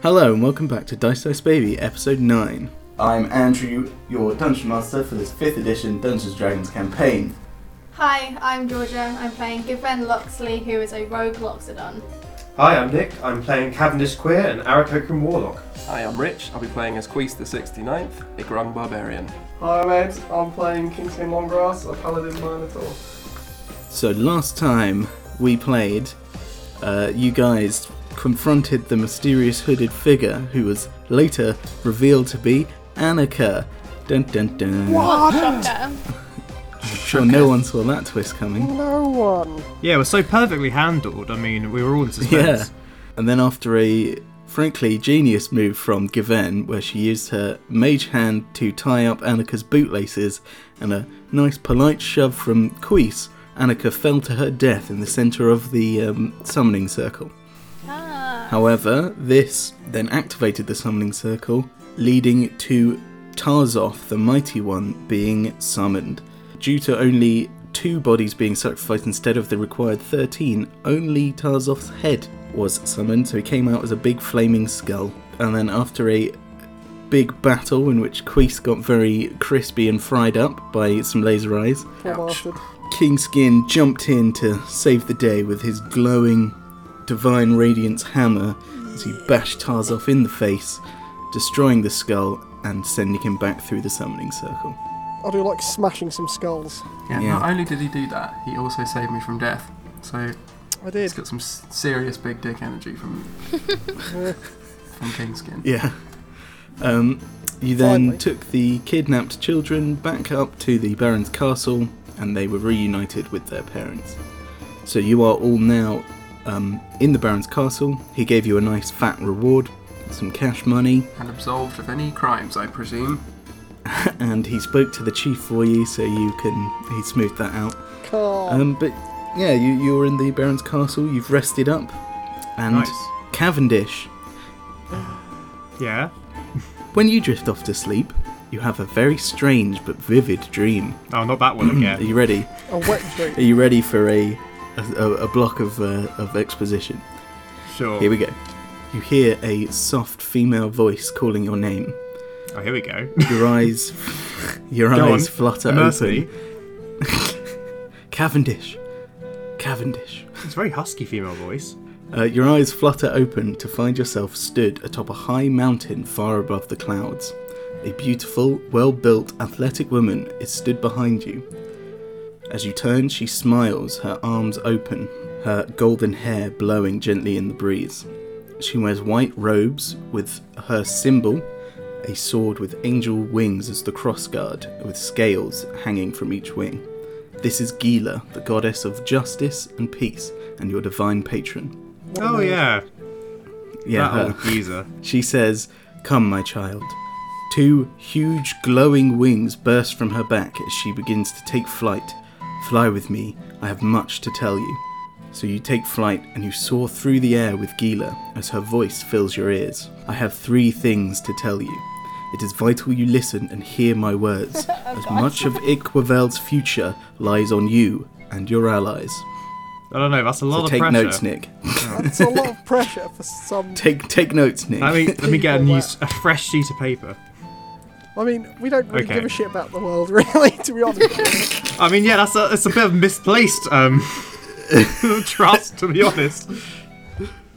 Hello and welcome back to Dice Dice Baby, episode 9. I'm Andrew, your Dungeon Master for this 5th edition Dungeons Dragons campaign. Hi, I'm Georgia. I'm playing Given Loxley, who is a rogue Loxodon. Hi, I'm Nick. I'm playing Cavendish Queer and Arakokum Warlock. Hi, I'm Rich. I'll be playing as Queese the 69th, Igrung Barbarian. Hi, I'm Ed. I'm playing Kingsman Longgrass, a paladin minotaur. So, last time we played, uh, you guys confronted the mysterious hooded figure who was later revealed to be Annika. Dun dun dun. What? Shocker. Sure, no one saw that twist coming. Yeah, it was so perfectly handled. I mean, we were all in Yeah. suspense. And then after a frankly genius move from Given, where she used her mage hand to tie up Annika's bootlaces, and a nice polite shove from Queese, Annika fell to her death in the centre of the um, summoning circle. Ah, However, this then activated the summoning circle, leading to Tarzoth, the Mighty One, being summoned. Due to only two bodies being sacrificed instead of the required 13, only Tarzoth's head was summoned, so he came out as a big flaming skull. And then, after a big battle in which Queese got very crispy and fried up by some laser eyes, Kingskin jumped in to save the day with his glowing Divine Radiance hammer as he bashed Tarzoff in the face, destroying the skull and sending him back through the summoning circle. I do like smashing some skulls. Yeah, Yeah. Not only did he do that, he also saved me from death. So I he's did. got some s- serious big dick energy from from Kingskin. Yeah. Um, you then Finally. took the kidnapped children back up to the Baron's castle and they were reunited with their parents. So you are all now um, in the Baron's castle. He gave you a nice fat reward, some cash money. And absolved of any crimes, I presume. and he spoke to the chief for you, so you can he smoothed that out. Cool. Um, but yeah, you you're in the Baron's castle. You've rested up, and Nice. Cavendish. Yeah. When you drift off to sleep, you have a very strange but vivid dream. Oh, not that one Are again. you ready? a wet Are drink. you ready for a a, a block of uh, of exposition? sure. Here we go. You hear a soft female voice calling your name. oh, here we go. Your eyes, your Go eyes on. flutter Immerse open. me. Cavendish, Cavendish. It's a very husky female voice. Uh, your eyes flutter open to find yourself stood atop a high mountain far above the clouds. A beautiful, well built, athletic woman is stood behind you. As you turn, she smiles, her arms open, her golden hair blowing gently in the breeze. She wears white robes with her symbol, a sword with angel wings as the crossguard, with scales hanging from each wing. This is Gila, the goddess of justice and peace, and your divine patron. Oh yeah, Yeah, that her. old geezer. she says, Come, my child. Two huge glowing wings burst from her back as she begins to take flight. Fly with me, I have much to tell you. So you take flight and you soar through the air with Gila as her voice fills your ears. I have three things to tell you. It is vital you listen and hear my words, as much of Iqbavel's future lies on you and your allies. I don't know. That's a lot So of take pressure. notes, Nick. That's a lot of pressure for some. Take take notes, Nick. Let me let me get a new, s- a fresh sheet of paper. I mean, we don't really Okay. give a shit about the world, really, to be honest. I mean, yeah, that's a it's a bit of misplaced um trust, to be honest.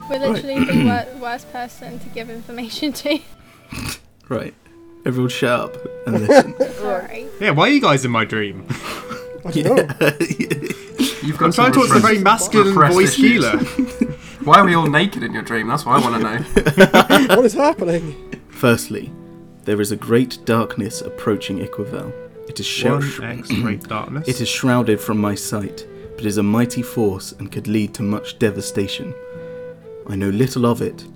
we're literally the wor- worst person to give information to. Right. Everyone shut up and listen. Sorry. Yeah, why are you guys in my dream? You've got I'm trying to talk to a repressed- very masculine repressed voice issues. healer. Why are we all naked in your dream? That's what I want to know. what is happening? Firstly, there is a great darkness approaching Iquivel. It is shou- One X great darkness. it is shrouded from my sight, but is a mighty force and could lead to much devastation. I know little of it,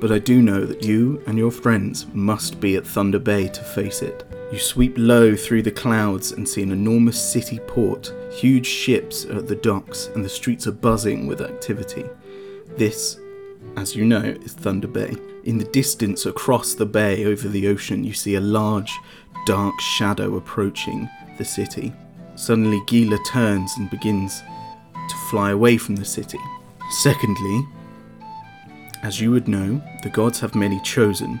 but I do know that you and your friends must be at Thunder Bay to face it. You sweep low through the clouds and see an enormous city port. Huge ships are at the docks, and the streets are buzzing with activity. This as you know, is Thunder Bay. In the distance across the bay over the ocean, you see a large, dark shadow approaching the city. Suddenly, Gila turns and begins to fly away from the city. Secondly, As you would know, the gods have many chosen.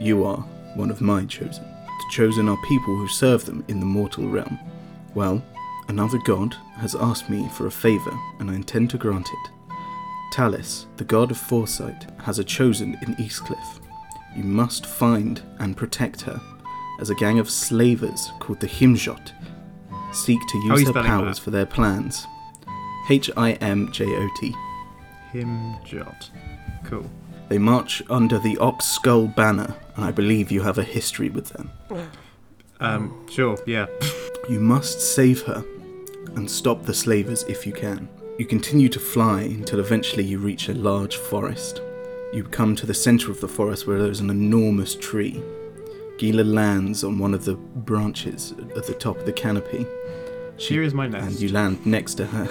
You are one of my chosen. The chosen are people who serve them in the mortal realm. Well, another god has asked me for a favour, and I intend to grant it. Talis, the god of foresight, has a chosen in Eastcliff. You must find and protect her, as a gang of slavers called the Himjot seek to are use you her spelling powers that? for their plans. H I M J O T. Him jot. Cool. They march under the ox skull banner, and I believe you have a history with them. Um, sure, yeah. You must save her and stop the slavers if you can. You continue to fly until eventually you reach a large forest. You come to the center of the forest where there is an enormous tree. Gila lands on one of the branches at the top of the canopy, Here is my and nest. you land next to her.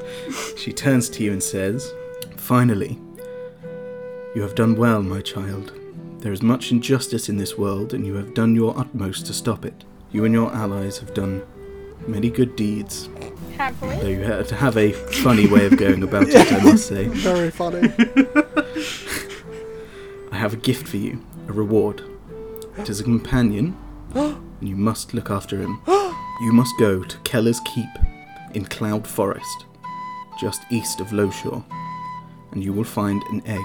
she turns to you and says, Finally, you have done well, my child. There is much injustice in this world, and you have done your utmost to stop it. You and your allies have done many good deeds, Have though we? you had to have a funny way of going about it, I must say. Very funny. I have a gift for you, a reward. It is a companion, and you must look after him. You must go to Keller's Keep in Cloud Forest, just east of Lowshore, and you will find an egg.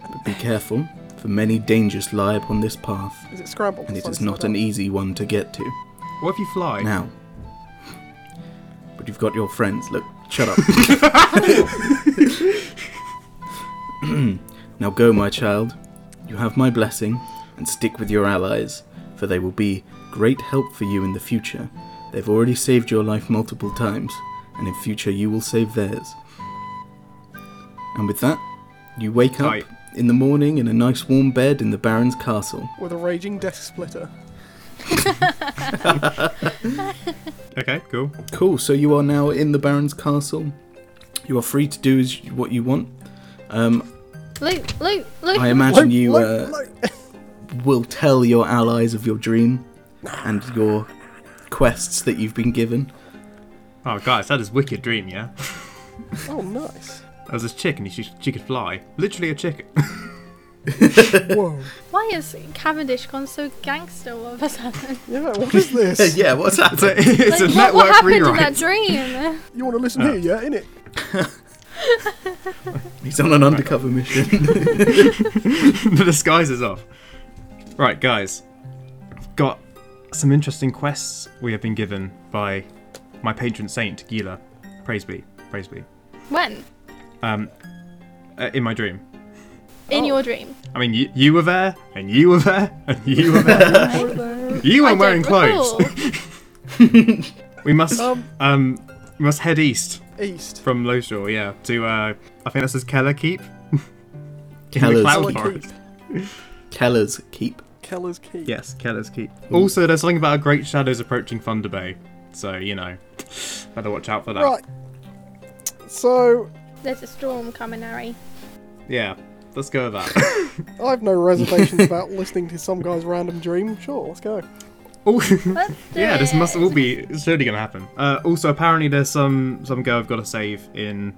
But be careful, for many dangers lie upon this path, Is it scrambled? and it Sorry, is not sorry. an easy one to get to. What if you fly? Now. But you've got your friends. Look, shut up. now go, my child. You have my blessing, and stick with your allies, for they will be great help for you in the future. They've already saved your life multiple times, and in future you will save theirs. And with that, you wake up Aye. in the morning in a nice warm bed in the Baron's castle. With a raging desk splitter. Okay, cool. Cool. So you are now in the Baron's castle. You are free to do as you- what you want. Um, Loot, loot, loot. I imagine Lope, you lope, uh, lope. will tell your allies of your dream and your quests that you've been given. Oh, guys, that is wicked dream, yeah? Oh, nice. There was this chick and she, she could fly. Literally a chick. Whoa. Why has Cavendish gone so gangster all of a sudden? Yeah, what is this? yeah, what's It's a, it's a Like, what, network what happened in rewrite. that dream? You want to listen Ah. here, yeah, innit? He's on an undercover mission. the disguise is off. Right, guys. Got some interesting quests we have been given by my patron saint, Gila. Praise be. Praise be. when? Um, uh, in my dream. Oh. In your dream. I mean, you, you were there, and you were there, and you were there. you I weren't don't wearing clothes. recall. We must, Um. um, we must head east East. from Lowshore, yeah, to, uh, I think this is Keller Keep. In the Keller's Cloud Keep. Forest. Keller's keep. Keller's Keep. Yes, Keller's Keep. Mm. Also, there's something about a great shadows approaching Thunder Bay, so you know, better watch out for that. Right. So, There's a storm coming, Harry. Yeah, let's go with that. I have no reservations about listening to some guy's random dream. Sure, let's go. oh, Let's do yeah, this must it. all be it's surely gonna happen. Uh, also, apparently, there's some some girl I've got to save in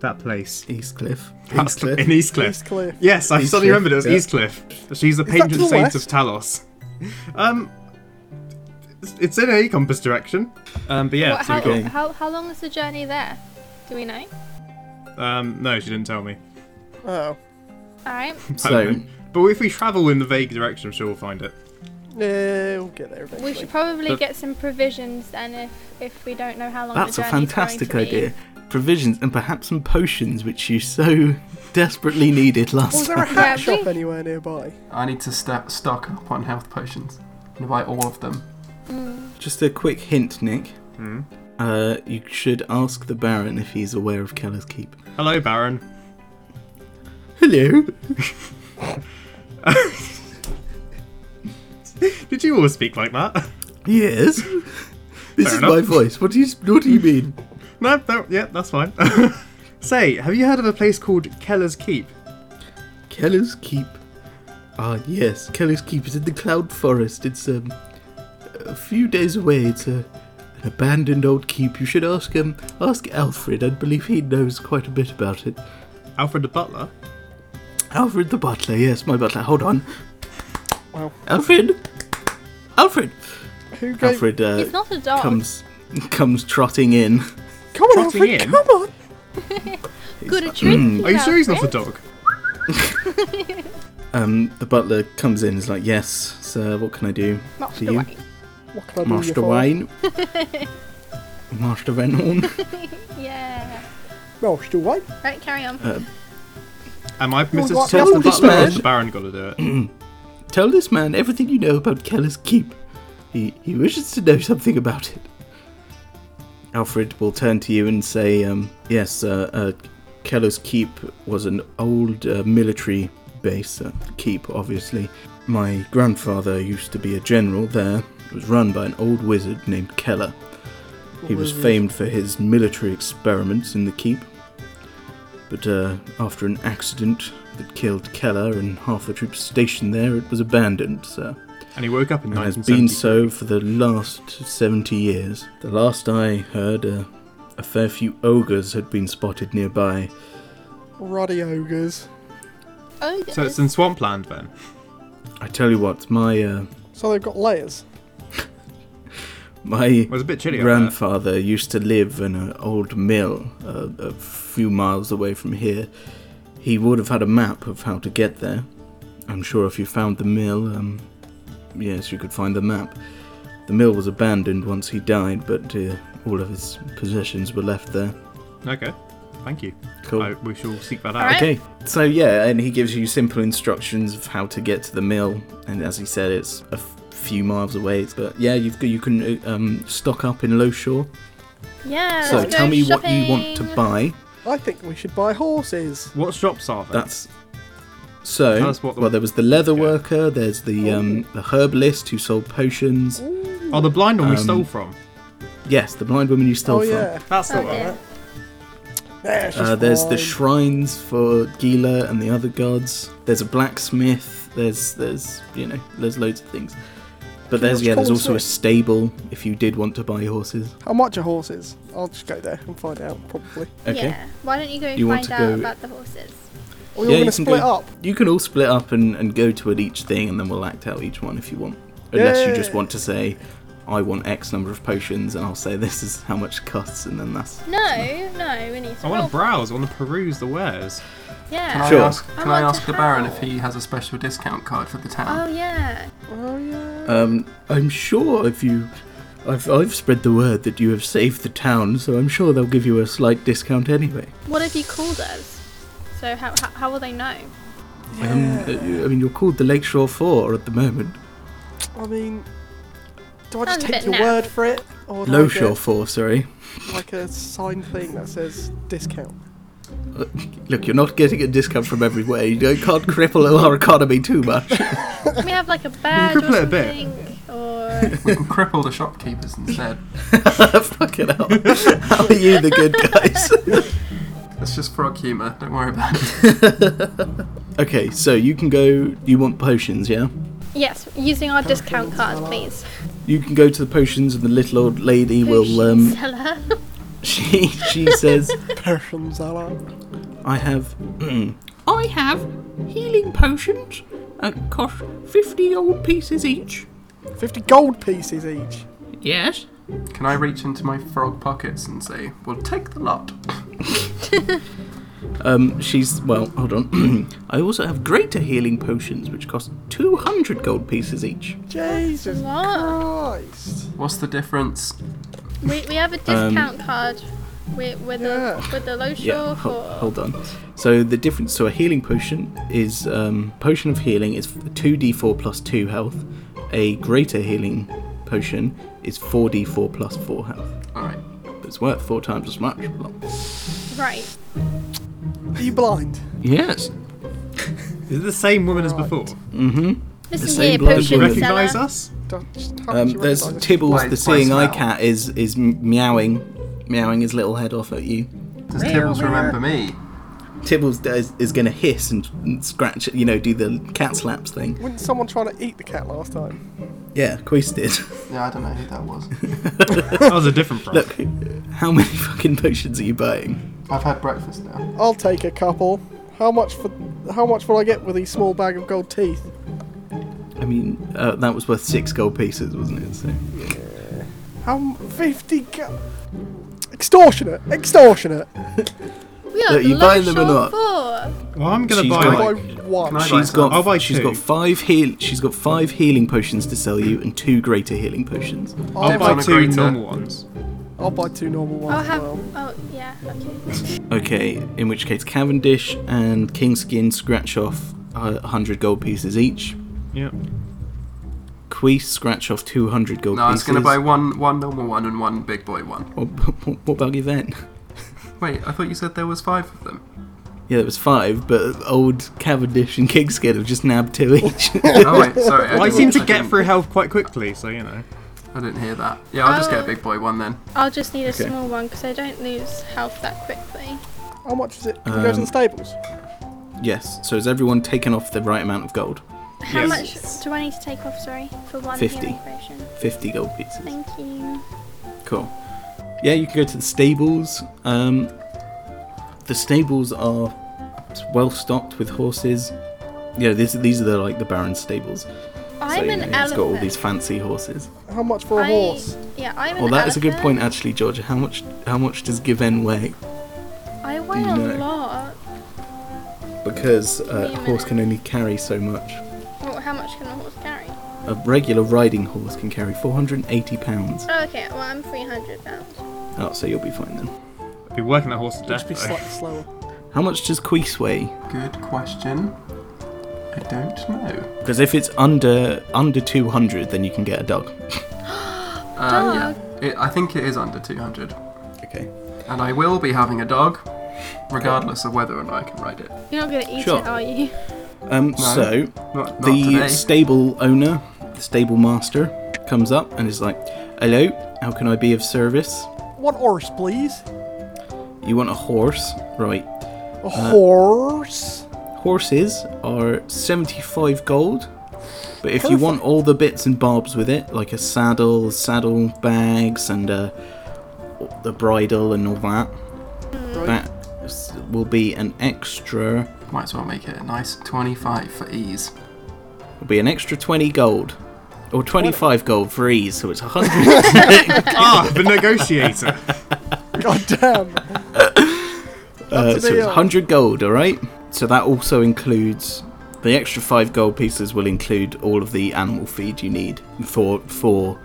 that place Eastcliff. That's- in Eastcliff. East Cliff. Yes, I suddenly Eastcliff, remembered it was yeah. Eastcliff. She's the that to patron the saint of west? Talos. Um, it's- it's in a compass direction. Um, but yeah, What, so how, we got. Okay. how, how long is the journey there? Do we know? Um, no, she didn't tell me. Oh. Alright. So, But if we travel in the vague direction, I'm sure we'll find it. Yeah, we'll get there eventually. We should probably But- get some provisions then if, if we don't know how long that's the a journey's fantastic going to be. idea. Provisions and perhaps some potions, which you so desperately needed Was last there a time. hat Yeah, shop we- anywhere nearby? I need to sta stock up on health potions. I'm gonna buy all of them. Just a quick hint, Nick. Hmm? Uh, you should ask the Baron if he's aware of Keller's keep. Hello, Baron. Hello. Did you always speak like that? Yes. This Fair is enough. my voice. What do you what do you mean? no, no, yeah, that's fine. Say, have you heard of a place called Keller's Keep? Keller's Keep. Ah yes, Keller's Keep is in the Cloud Forest. It's um a few days away. It's a an abandoned old keep. You should ask um ask Alfred. I believe he knows quite a bit about it. Alfred the Butler? Alfred the butler, yes, my butler. Hold on. Wow. Alfred! Alfred! Who gave? Alfred uh, It's not a dog. comes comes trotting in. Come on, Trotting Alfred, in? come on. Good a trick. Mm. Are you sure he's not a dog? Um, the butler comes in and is like, Yes, sir, what can I do? Not for the you? way. What can I do you Master for? Wayne? Master Renhorn? Yeah. Master Wayne. Right, carry on. Am I Mrs. what- Tell the Tell this butler or man. has the Baron got to do it? Tell this man everything you know about Keller's Keep. He, he wishes to know something about it. Alfred will turn to you and say, um, Yes, uh, uh, Keller's Keep was an old uh, military base, uh, keep, obviously. My grandfather used to be a general there. It was run by an old wizard named Keller. He was famed for his military experiments in the keep. But uh, after an accident that killed Keller and half the troops stationed there, it was abandoned, sir. And he woke up in And has been 1970. so for the last 70 years. The last I heard, uh, a fair few ogres had been spotted nearby. Ruddy ogres. Oh, So it's in Swampland then. I tell you what, my uh, So they've got layers. my Well, it's a bit chilly. up there. grandfather used to live in an old mill uh, a few miles away from here. He would have had a map of how to get there. I'm sure if you found the mill, um, yes, you could find the map. The mill was abandoned once he died, but uh, all of his possessions were left there. Okay, thank you. Cool. I- we shall seek that out. Alright. Okay, so yeah, and he gives you simple instructions of how to get to the mill, and as he said, it's a f- few miles away. It's- But yeah, you've got, you can uh, um, stock up in Lowshore. yeah. So let's go tell me what you want shopping. to buy. I think we should buy horses. What shops are there? That's so. Tell us what the- well, there was the leather Yeah. worker. There's the um, the herbalist who sold potions. Oh, the blind one we Um, stole from. Yes, the blind woman you stole oh from. yeah. That's the Oh, one. dear. Nah, it's just Uh, there's the wine. shrines for Gila and the other gods. There's a blacksmith. There's there's you know there's loads of things. But there's just yeah there's call also a us up. stable if you did want to buy horses. How much are horses? I'll just go there and find out probably. Okay. Yeah. Why don't you go and You want find to out go- about the horses? Are we all you gonna can split go- up? You can all split up and, and go to it each thing, and then we'll act out each one if you want. Unless you just Yay. want to say, I want X number of potions, and I'll say this is how much it costs, and then that's. No, no, we need to. I want roll. to browse. I want to peruse the wares. Can yeah. I Sure. ask, I can I want ask to the Baron help. if he has a special discount card for the Oh town? yeah. Oh yeah. Um, I'm sure if you. I've, I've spread the word that you have saved the town, so I'm sure they'll give you a slight discount anyway. What if you called us? So how how, how will they know? Um, uh, you- I mean, you're called the Lakeshore Four at the moment. I mean, do I just Sounds a bit take your naff. word for it, or do Oh, I Low get, Shore Four, sorry. like a signed thing that says discount? Uh, Look, you're not getting a discount from everywhere. You don't- can't cripple our economy too much. Can we have like a badge or cripple it a bit. something? Or We can cripple the shopkeepers instead. Fucking hell. How are you, the good guys? That's just frog humour, don't worry about it. Okay, so you can go. You want potions, yeah? yes, using our discount cards, please. You can go to the potions, and the little old lady will. Potion Um, seller. she she says, Persians, hello. "I have." hmm, I have healing potions. Uh, cost 50 gold pieces each. Fifty gold pieces each. Yes. Can I reach into my frog pockets and say, well, take the lot? Um, she's well. Hold on. I also have greater healing potions, which cost two hundred gold pieces each. Jesus What? Christ! What's the difference? We, we have a Um, discount card with, with, the, Yeah. with the low Yeah, shore hol- for. hold on. So the difference to a healing potion is um, potion of healing is two d four plus two health. A greater healing potion is four d four plus four health. Alright. It's worth four times as much. Right. Are you blind? Yes. Is it the same woman as before? Listen same here, blood Do you potion group. recognise seller. us? Don't, just how Um, could you there's recognise it? Tibbles, Why- the why seeing eye smell? cat, is is meowing, meowing his little head off at you. Does Tibbles remember me? Tibbles is, is going to hiss and, and scratch, you know, do the cat slaps thing. Wasn't someone trying to eat the cat last time? Yeah, Queese did. Yeah, I don't know who that was. That was a different frog. Look, how many fucking potions are you buying? I've had breakfast now. I'll take a couple. How much for how much will I get with a small bag of gold teeth? I mean, uh, that was worth six gold pieces, wasn't it? So How m- fifty? Go- extortionate! Extortionate! We are Look, you the buy them or longshore poor. Well, I'm gonna She's buy. got Like, like- I one. Can I- she's buy some? I'll buy got she's two. got five heal she's got five healing potions to sell you and two greater healing potions. I'll I'll buy buy, a two greater. normal ones. I'll buy two normal ones. I'll as have. well. Oh yeah. Okay. Okay, in which case Cavendish and Kingskin scratch off uh, 100 gold pieces each. Yep. Queef scratch off 200 gold No, I was pieces. gonna buy one, one normal one and one big boy one. What, what, what about you then? Wait, I thought you said there was five of them. Yeah, there was five, but old Cavendish and Kingskin have just nabbed two each. Oh wait, sorry. Well, I didn't- seem to get didn't- through health quite quickly, so you know. I didn't hear that. Yeah, I'll just get a Oh. big boy one then. I'll just need a Okay. small one because I don't lose health that quickly. How much is it? Can we go to Um, the stables? yes, so has everyone taken off the right amount of gold? How Yes. much do I need to take off? Sorry, for one 50. healing potion. 50 gold pieces. Thank you. Cool. Yeah, you can go to the stables. Um, the stables are well stocked with horses. Yeah, this, these are the, like the Baron's stables. I'm so, you an know, elephant. It's got all these fancy horses. How much for a I- horse? Yeah, I'm an Well, that is a good point, elephant. actually, Georgia. How much? How much does Given weigh? I weigh you a know? lot. Because uh, Wait a a horse minute. can only carry so much. Well, how much can a horse carry? A regular riding horse can carry 480 pounds. Oh, okay, well I'm 300 pounds. Oh, so you'll be fine then. I've been working that horse to death. Just be Though. slightly slower. How much does Queese weigh? Good question. I don't know. Because if it's under under 200, then you can get a dog. Uh, yeah, it, I think it is under 200, Okay. and I will be having a dog, regardless of whether or not I can ride it. You're not gonna eat Sure. it, are you? Um. So Not, not the today. stable owner, the stable master, comes up and is like, "Hello, how can I be of service? One horse, please. You want a horse, right? A Uh, horse. Horses are 75 gold, but if you want all the bits and bobs with it, like a saddle, saddle bags, and uh, the bridle and all that, that s- will be an extra. Might as well make it a nice 25 for ease. Will be an extra 20 gold, or 25 gold for ease, so it's uh, 100. Ah, the negotiator. God damn. uh, so deal. it's 100 gold. All right. So that also includes the extra five gold pieces. Will include all of the animal feed you need for for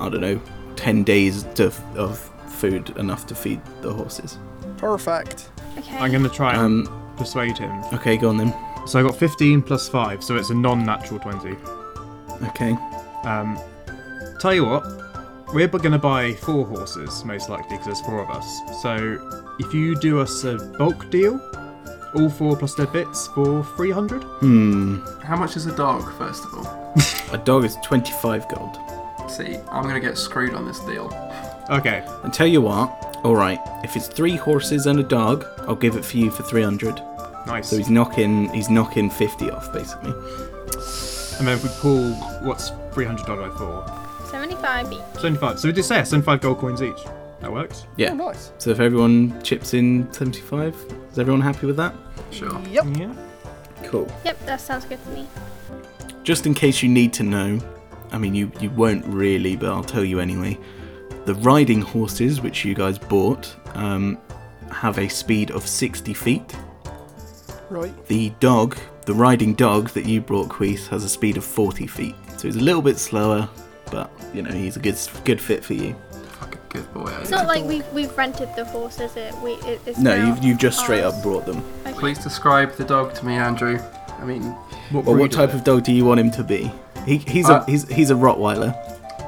I don't know, 10 days to, of food enough to feed the horses. Perfect. Okay. I'm gonna try and Um, persuade him. okay, go on then. So I got 15 plus 5, so it's a non-natural 20. Okay. Um, tell you what, we're going to buy four horses, most likely, because there's four of us. So if you do us a bulk deal, all four plus their bits for 300? How much is a dog, first of all? A dog is 25 gold. See, I'm gonna get screwed on this deal. Okay. And tell you what, all right, if it's three horses and a dog, I'll give it for you for 300. Nice. So he's knocking he's knocking 50 off basically. And then if we pull, what's 300 divided by 4? 75 each. 75. So we just say 75 gold coins each. That works. Yeah. Oh, nice. So if everyone chips in 75, is everyone happy with that? Sure. Yep. Yeah. Cool. Yep, that sounds good to me. Just in case you need to know, I mean, you, you won't really, but I'll tell you anyway. The riding horses, which you guys bought, um, have a speed of 60 feet. Right. The dog, the riding dog that you brought, Queeth, has a speed of 40 feet. So he's a little bit slower, but, you know, he's a good good fit for you. Fucking good boy. I It's am. not like we've, we've rented the horse, is it? We, it it's No, now you've, you've just straight ours. up brought them. Okay. Please describe the dog to me, Andrew. I mean, What, Well, breed what is type it? of dog do you want him to be? He, he's, Uh, a, he's, he's a Rottweiler.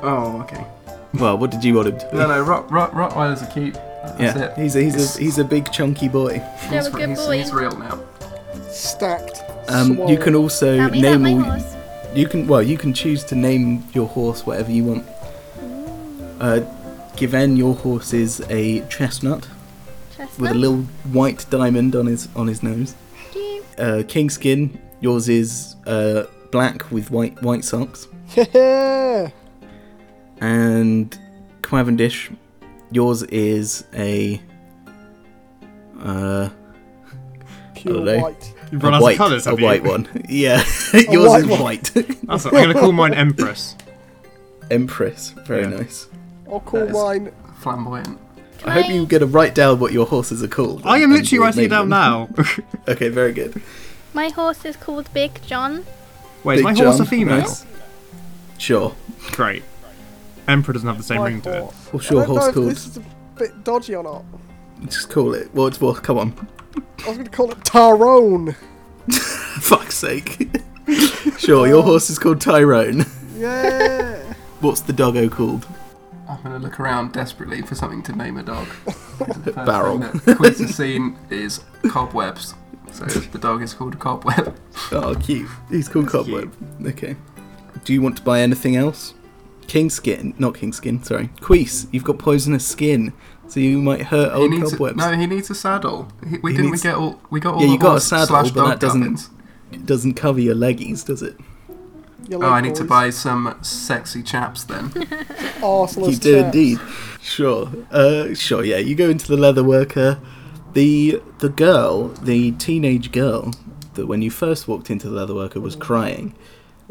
oh, okay. Well, what did you want him to be? No, no, Rot, Rot, Rottweilers are cute. That's yeah, it. he's a, he's, It's- a, he's a big chunky boy. They're he's, a good he's, boy. he's real now. Stacked. Um, you Swole. can also Tell me about name my all horse. you can well you can choose to name your horse whatever you want. Uh, Given your horse is a chestnut Chestnut. with a little white diamond on his on his nose. Cute. Uh, Kingskin, yours is uh, black with white white socks, Yeah. and Cavendish, yours is a uh, pure know. white. You've a run out white, of colours, a have white you? one. Yeah, yours white is one. white. That's all- I'm going to call mine Empress. Empress, very Yeah. nice. I'll call That is- mine. Flamboyant. I hope you're going to write down what your horses are called. I am and literally your writing name it down and- now. Okay, very good. My horse is called Big John. Wait, Big is my horse a John, female? nice. Sure. Great. Emperor doesn't have the same my ring to it. horse. What's I your don't know horse if called? this is a bit dodgy or not. Just call it. What? What? Come on. I was going to call it Tyrone. Fuck's sake. sure, Oh. your horse is called Tyrone. Yeah. What's the doggo called? I'm gonna look around desperately for something to name a dog. The first Barrel. thing that Quince has seen is cobwebs. So the dog is called Cobweb. Oh, cute. He's called Cobweb. Okay. Do you want to buy anything else? King skin, not king skin. Sorry, Queese. You've got poisonous skin, so you might hurt He old needs a, cobwebs. no, he needs a saddle. He, we He didn't needs- we get all we got all Yeah, the you got a horse saddle, slash but dog that doesn't- gubbins. It doesn't cover your leggies, does it? Your Oh, leg I need to boys. buy some sexy chaps then. Arseless you do chaps. indeed. Sure. Uh, sure. Yeah. You go into the leather worker. The the girl, the teenage girl, that when you first walked into the leather worker was crying,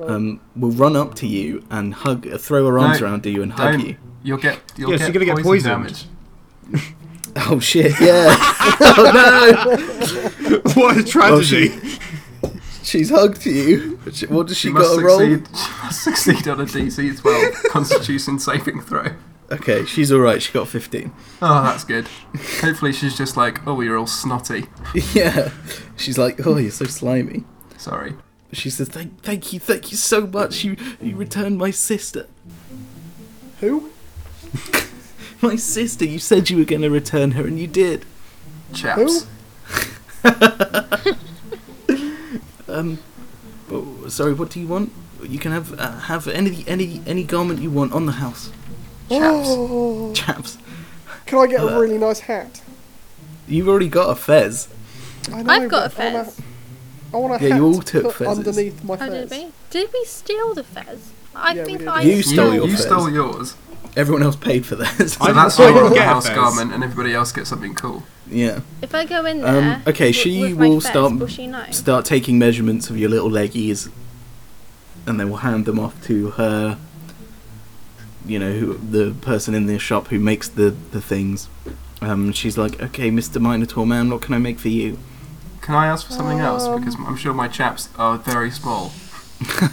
um, will run up to you and hug, throw her arms No, around you and hug Don't you. you'll get you'll Yeah, get she's gonna get poison poisoned. damage. Oh shit! Yeah. oh no! Oh, what a tragedy. She's hugged you. She- What does she, She must got a roll? succeed. She must succeed on a DC 12 Constitution saving throw. Okay, she's all right. She got fifteen. Oh, that's good. Hopefully, she's just like, oh, you're all snotty. yeah. She's like, oh, you're so slimy. Sorry. She says, thank, thank you, thank you so much. You, you returned my sister. Who? My sister, you said you were going to return her, and you did. Chaps. Oh, sorry, what do you want? You can have uh, have any any any garment you want on the house, Oh, chaps. can I get a really nice hat? You've already got a fez. I I've got a but I wanna- fez. I want a Yeah, hat you all to took put fezzes. underneath my Oh, did fez. we? Did we steal the fez? I Yeah, we think did. I You stole you your you fez. stole yours. Everyone else paid for theirs. So I- that's I your didn't royal get a house fez. garment, and everybody else gets something cool. yeah. If I go in there, Um, okay, wi- she with my will fez, start Will she know? start taking measurements of your little leggies, and then we'll hand them off to her. You know, who, the person in the shop who makes the the things. Um, she's like, okay, Mister Minotaur man, what can I make for you? Can I ask for something else? Um, Because I'm sure my chaps are very small.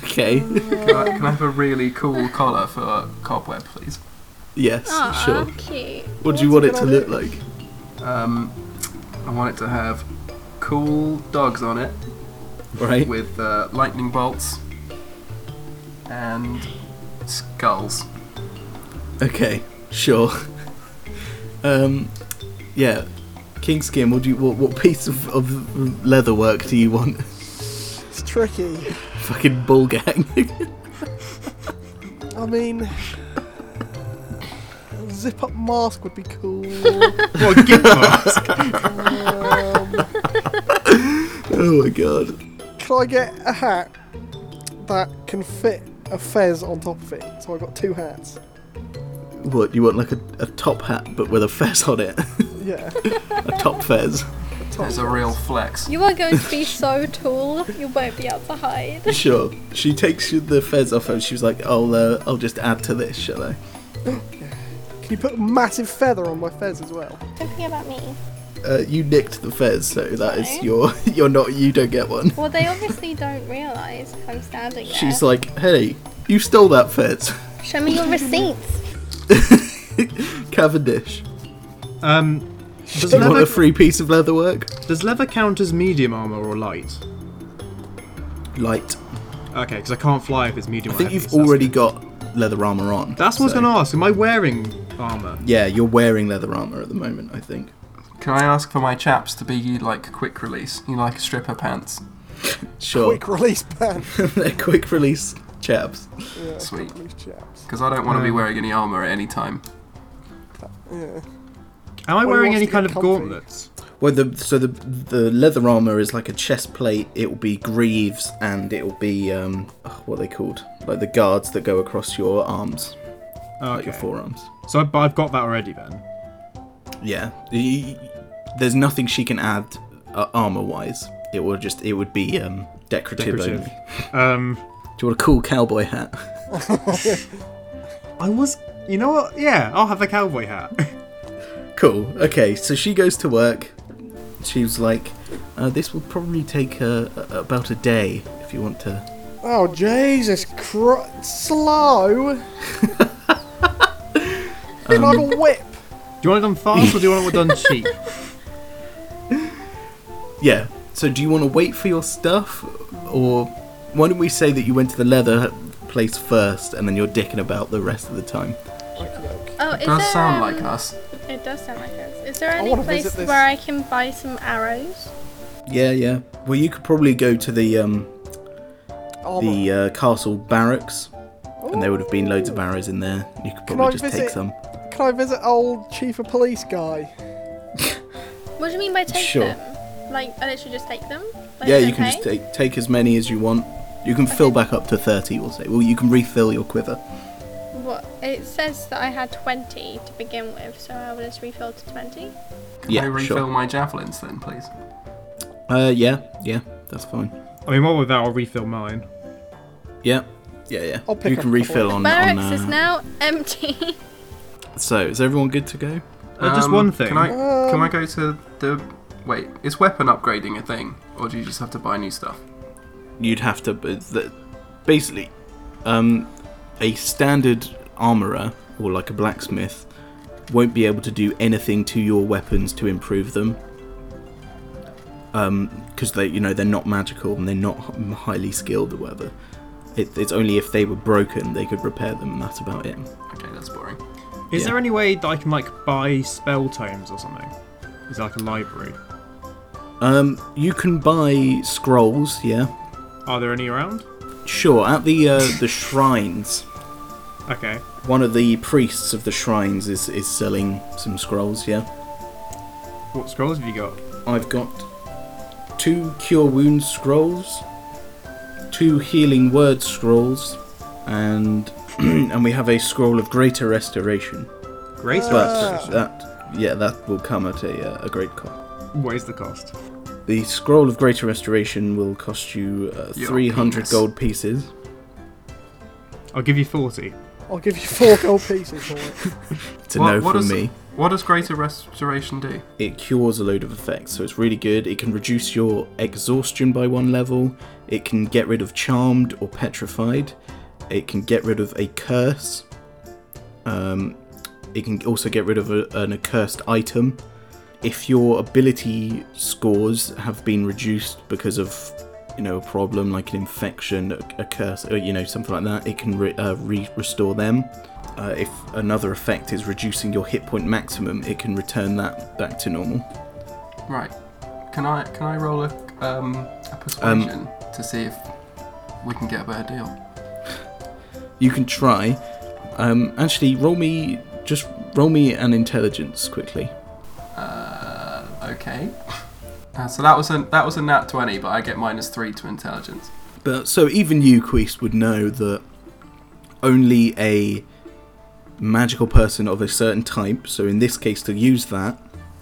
okay. Can I, can I have a really cool collar for Cobweb, please? yes. Aw, Sure. cute. What do you want What's it to a good look like? Um, I want it to have cool dogs on it Right. with uh, lightning bolts and skulls. Okay, sure. Um, yeah, Kingskin. What do you? What, what piece of, of leather work do you want? It's tricky. Fucking bull gang. I mean, a zip up mask would be cool. What, give us? um, oh my god. can I get a hat that can fit a fez on top of it? So I got two hats. What you want? Like a, a top hat, but with a fez on it. Yeah. a top fez. There's a real flex. You are going to be so tall, you won't be able to hide. Sure. She takes you the fez off, and she's like, "I'll uh, I'll just add to this, shall I?" Can you put a massive feather on my fez as well? Don't forget about me. Uh, you nicked the fez, so that is Okay. your. You're not. You don't get one. Well, they obviously don't realise I'm standing there. She's like, "Hey, you stole that fez, Show me your receipts. Cavendish." Um, does, Do you want leather, a free piece of leather work? does leather count as medium armor or light? Light. Okay, because I can't fly if it's medium. I think you've already got leather armor on. That's what I was so- going to ask. Am I wearing armor? Yeah, you're wearing leather armor at the moment, I think. Can I ask for my chaps to be like quick release? You know, like stripper pants. Sure. Quick release band. They're quick release chaps. Yeah, Sweet. quick release chaps. Because I don't want to be Um, wearing any armor at any time. Yeah. Am I Well, wearing what's any the kind of comfy? gauntlets? Well, the so the the leather armor is like a chest plate. It will be greaves and it will be um oh, what are they called like the guards that go across your arms, like your Okay. forearms. So I- but I've got that already then. Yeah. Y- y- There's nothing she can add uh, armor wise. It would just it would be um, decorative, Decorative. only. Um, Do you want a cool cowboy hat? I was. You know what? Yeah, I'll have the cowboy hat. cool. Okay, so she goes to work. She was like, uh, "This will probably take uh, a- about a day if you want to." Oh, Jesus Christ. Slow. Can Um, I have a whip? Do you want it done fast or do you want it done cheap? Yeah. So do you want to wait for your stuff, or why don't we say that you went to the leather place first, and then you're dicking about the rest of the time? Oh, is Does there, sound um, like us. It does sound like us. Is there any wanna visit place this- where I can buy some arrows? Yeah, yeah. Well, you could probably go to the um, Armor. the uh, castle barracks, and there would have been loads of arrows in there. You could Can probably I just take visit- some. Can I visit old chief of police guy? What do you mean by take Sure. them? Like, I literally just take them? Like, yeah, it's you can okay? just take take as many as you want. You can fill back up to thirty, we'll say. Well, you can refill your quiver. What? It says that I had 20 to begin with, so I will just refill to 20. Can I yeah, refill sure. my javelins then, please? Uh, yeah, yeah, that's fine. I mean, what with that, I'll refill mine. Yeah, yeah, yeah. I'll pick you up can a refill couple. on. Barracks on, is uh, now empty. So, is everyone good to go? Uh, Um, just one thing. Um, Can I, can I go to the. Wait, is weapon upgrading a thing? Or do you just have to buy new stuff? You'd have to. but the- Basically, um, a standard armorer or like a blacksmith won't be able to do anything to your weapons to improve them. because they, you know, they're not magical and they're not h- highly skilled or whatever. It, it's only if they were broken they could repair them, and that's about it. Okay, that's boring. Is Yeah. there any way that I can like buy spell tomes or something? Is there like a library? Um, you can buy scrolls, yeah, Are there any around? sure. At the uh, the shrines, Okay. one of the priests of the shrines is is selling some scrolls, yeah. What scrolls have you got? I've got two cure wound scrolls, two healing word scrolls, and and we have a scroll of greater restoration. Grace. But that yeah, that will come at a, uh, a great cost. what is the cost? The scroll of greater restoration will cost you uh, Your 300 penis. gold pieces. I'll give you forty. I'll give you four gold pieces for it. It's a no from does, me. What does greater restoration do? It cures a load of effects, so it's really good. It can reduce your exhaustion by one level. It can get rid of charmed or petrified. It can get rid of a curse. Um, it can also get rid of a, an accursed item. If your ability scores have been reduced because of, you know, a problem like an infection, a, a curse, or you know, something like that, it can re- uh, re- restore them. Uh, if another effect is reducing your hit point maximum, it can return that back to normal. Right. Can I can I roll a um a persuasion to see if we can get a better deal? You can try. Um, actually, roll me just roll me an intelligence quickly. Uh, okay. Uh, so that was a that was a nat twenty, but I get minus three to intelligence. But so even you, Queest, would know that only a magical person of a certain type. So in this case, to use that,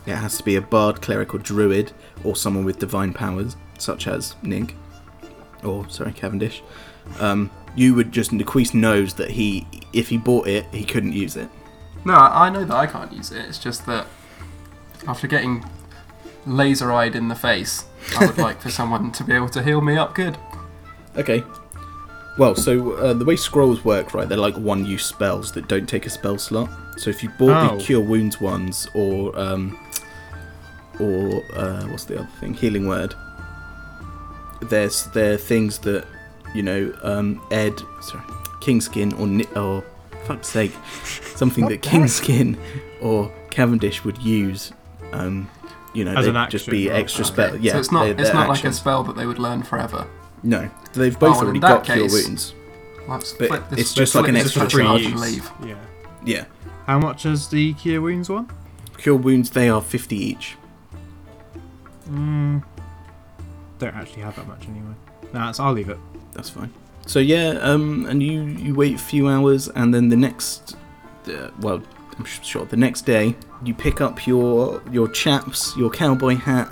it has to be a bard, cleric, or druid, or someone with divine powers, such as Nig, or sorry, Cavendish. Um, you would just Queest knows that he, if he bought it, he couldn't use it. No, I I know that I can't use it. It's just that after getting laser eyed in the face, I would like for someone to be able to heal me up good. Okay. Well, so uh, the way scrolls work, right? They're like one-use spells that don't take a spell slot. So if you bought Oh. the cure wounds ones, or um, or uh, what's the other thing? Healing word. There's there are things that you know, um, Ed, sorry, Kingskin or Ni- or fuck's sake, something that Kingskin or Cavendish would use. Um, you know, As they'd an just action. be Okay. extra spell. Yeah, oh, so it's not they're- it's they're not like a actions. spell that they would learn forever. No, they've both Oh, well, already in got that cure case- wounds. Let's But flip it's just like flip an this extra for a free charge and use. leave. Yeah. Yeah. How much is the cure wounds one? Cure wounds, they are 50 each. Mm, don't actually have that much anyway. Nah, it's, I'll leave it. That's fine. So yeah, um, and you you wait a few hours, and then the next, uh, well, I'm sh- sure the next day you pick up your your chaps, your cowboy hat,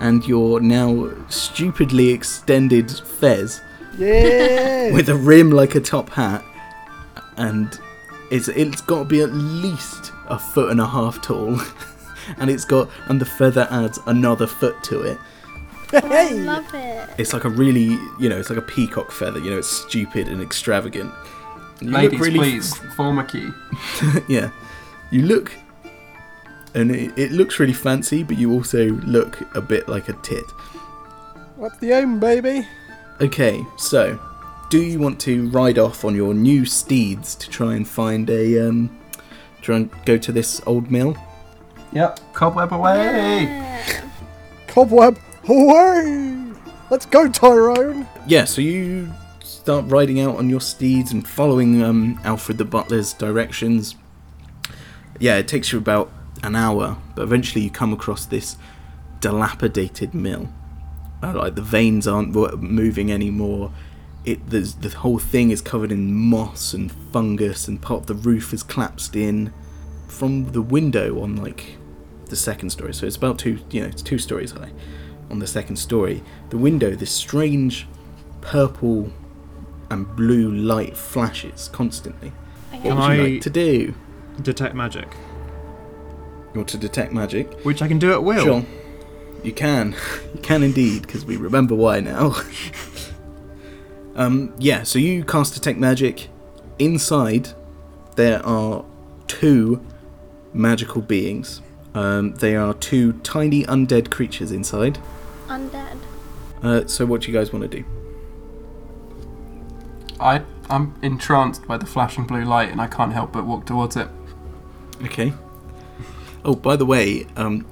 and your now stupidly extended fez Yeah. with a rim like a top hat, and it's it's got to be at least a foot and a half tall, and it's got and the feather adds another foot to it. I hey. love it. It's like a really you know it's like a peacock feather. You know it's stupid and extravagant. You look Ladies, really- please, form a key. yeah, you look, and it, it looks really fancy, but you also look a bit like a tit. Up the own, baby. Okay, so do you want to ride off on your new steeds to try and find a um, try and go to this old mill? Yep, cobweb away! Yeah. Cobweb. Away. Let's go, Tyrone. Yeah, so you start riding out on your steeds and following um, Alfred the Butler's directions. Yeah, it takes you about an hour, but eventually you come across this dilapidated mill. Uh, like the veins aren't wo- moving anymore. It there's, the whole thing is covered in moss and fungus, and part of the roof is collapsed in from the window on like the second story. So it's about two, you know, it's two stories high. On the second story, the window, this strange purple and blue light flashes constantly. What Can would you I- like to do? Detect magic, You want to detect magic? which I can do at will. Sure. You can. You can indeed, because we remember why now. um, yeah, so you cast Detect Magic. Inside, there are two magical beings. Um, they are two tiny undead creatures inside. Undead. Uh, so, what do you guys want to do? I, I'm entranced by the flashing blue light and I can't help but walk towards it. Okay. Oh, by the way, um,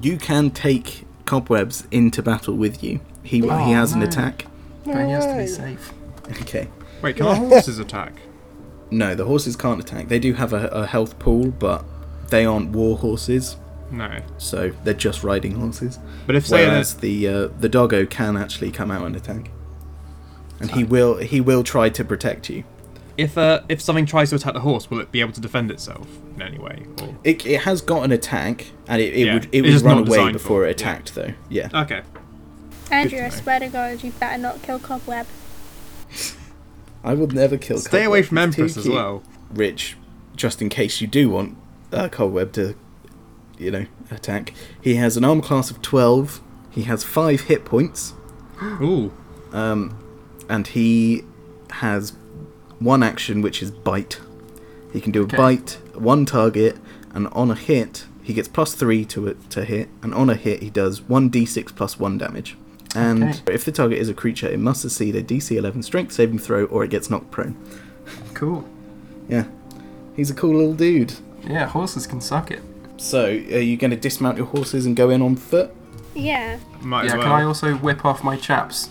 you can take Cobwebs into battle with you. He, he Oh, has an no. attack. No But he has to way. be safe. Okay. Wait, can our horses attack? No, the horses can't attack. They do have a, a health pool, but they aren't war horses, No. so they're just riding horses. But if say Whereas there's the uh, the doggo can actually come out and attack, and he will he will try to protect you. if uh, if something tries to attack the horse, will it be able to defend itself in any way? Or... It, it has got an attack, and it, it Yeah, would it it's would just run not away designed before for- Uh, it attacked, though. Yeah. Okay. Andrew, I know. swear to God, you better not kill Cobweb. I will never kill. Stay away Cobweb. from He's too Empress as cute. well. Rich, just in case you do want uh, Cobweb to, you know, attack. He has an arm class of twelve. He has five hit points. Ooh. and he has one action which is bite. He can do a Okay. bite, one target, and on a hit he gets plus three to it to hit, and on a hit he does one d6 plus one damage. And Okay. if the target is a creature, it must succeed a DC 11 strength saving throw or it gets knocked prone. Cool. Yeah, he's a cool little dude. Yeah, horses can suck it. So, are you going to dismount your horses and go in on foot? Yeah. Might yeah, as well. can I also whip off my chaps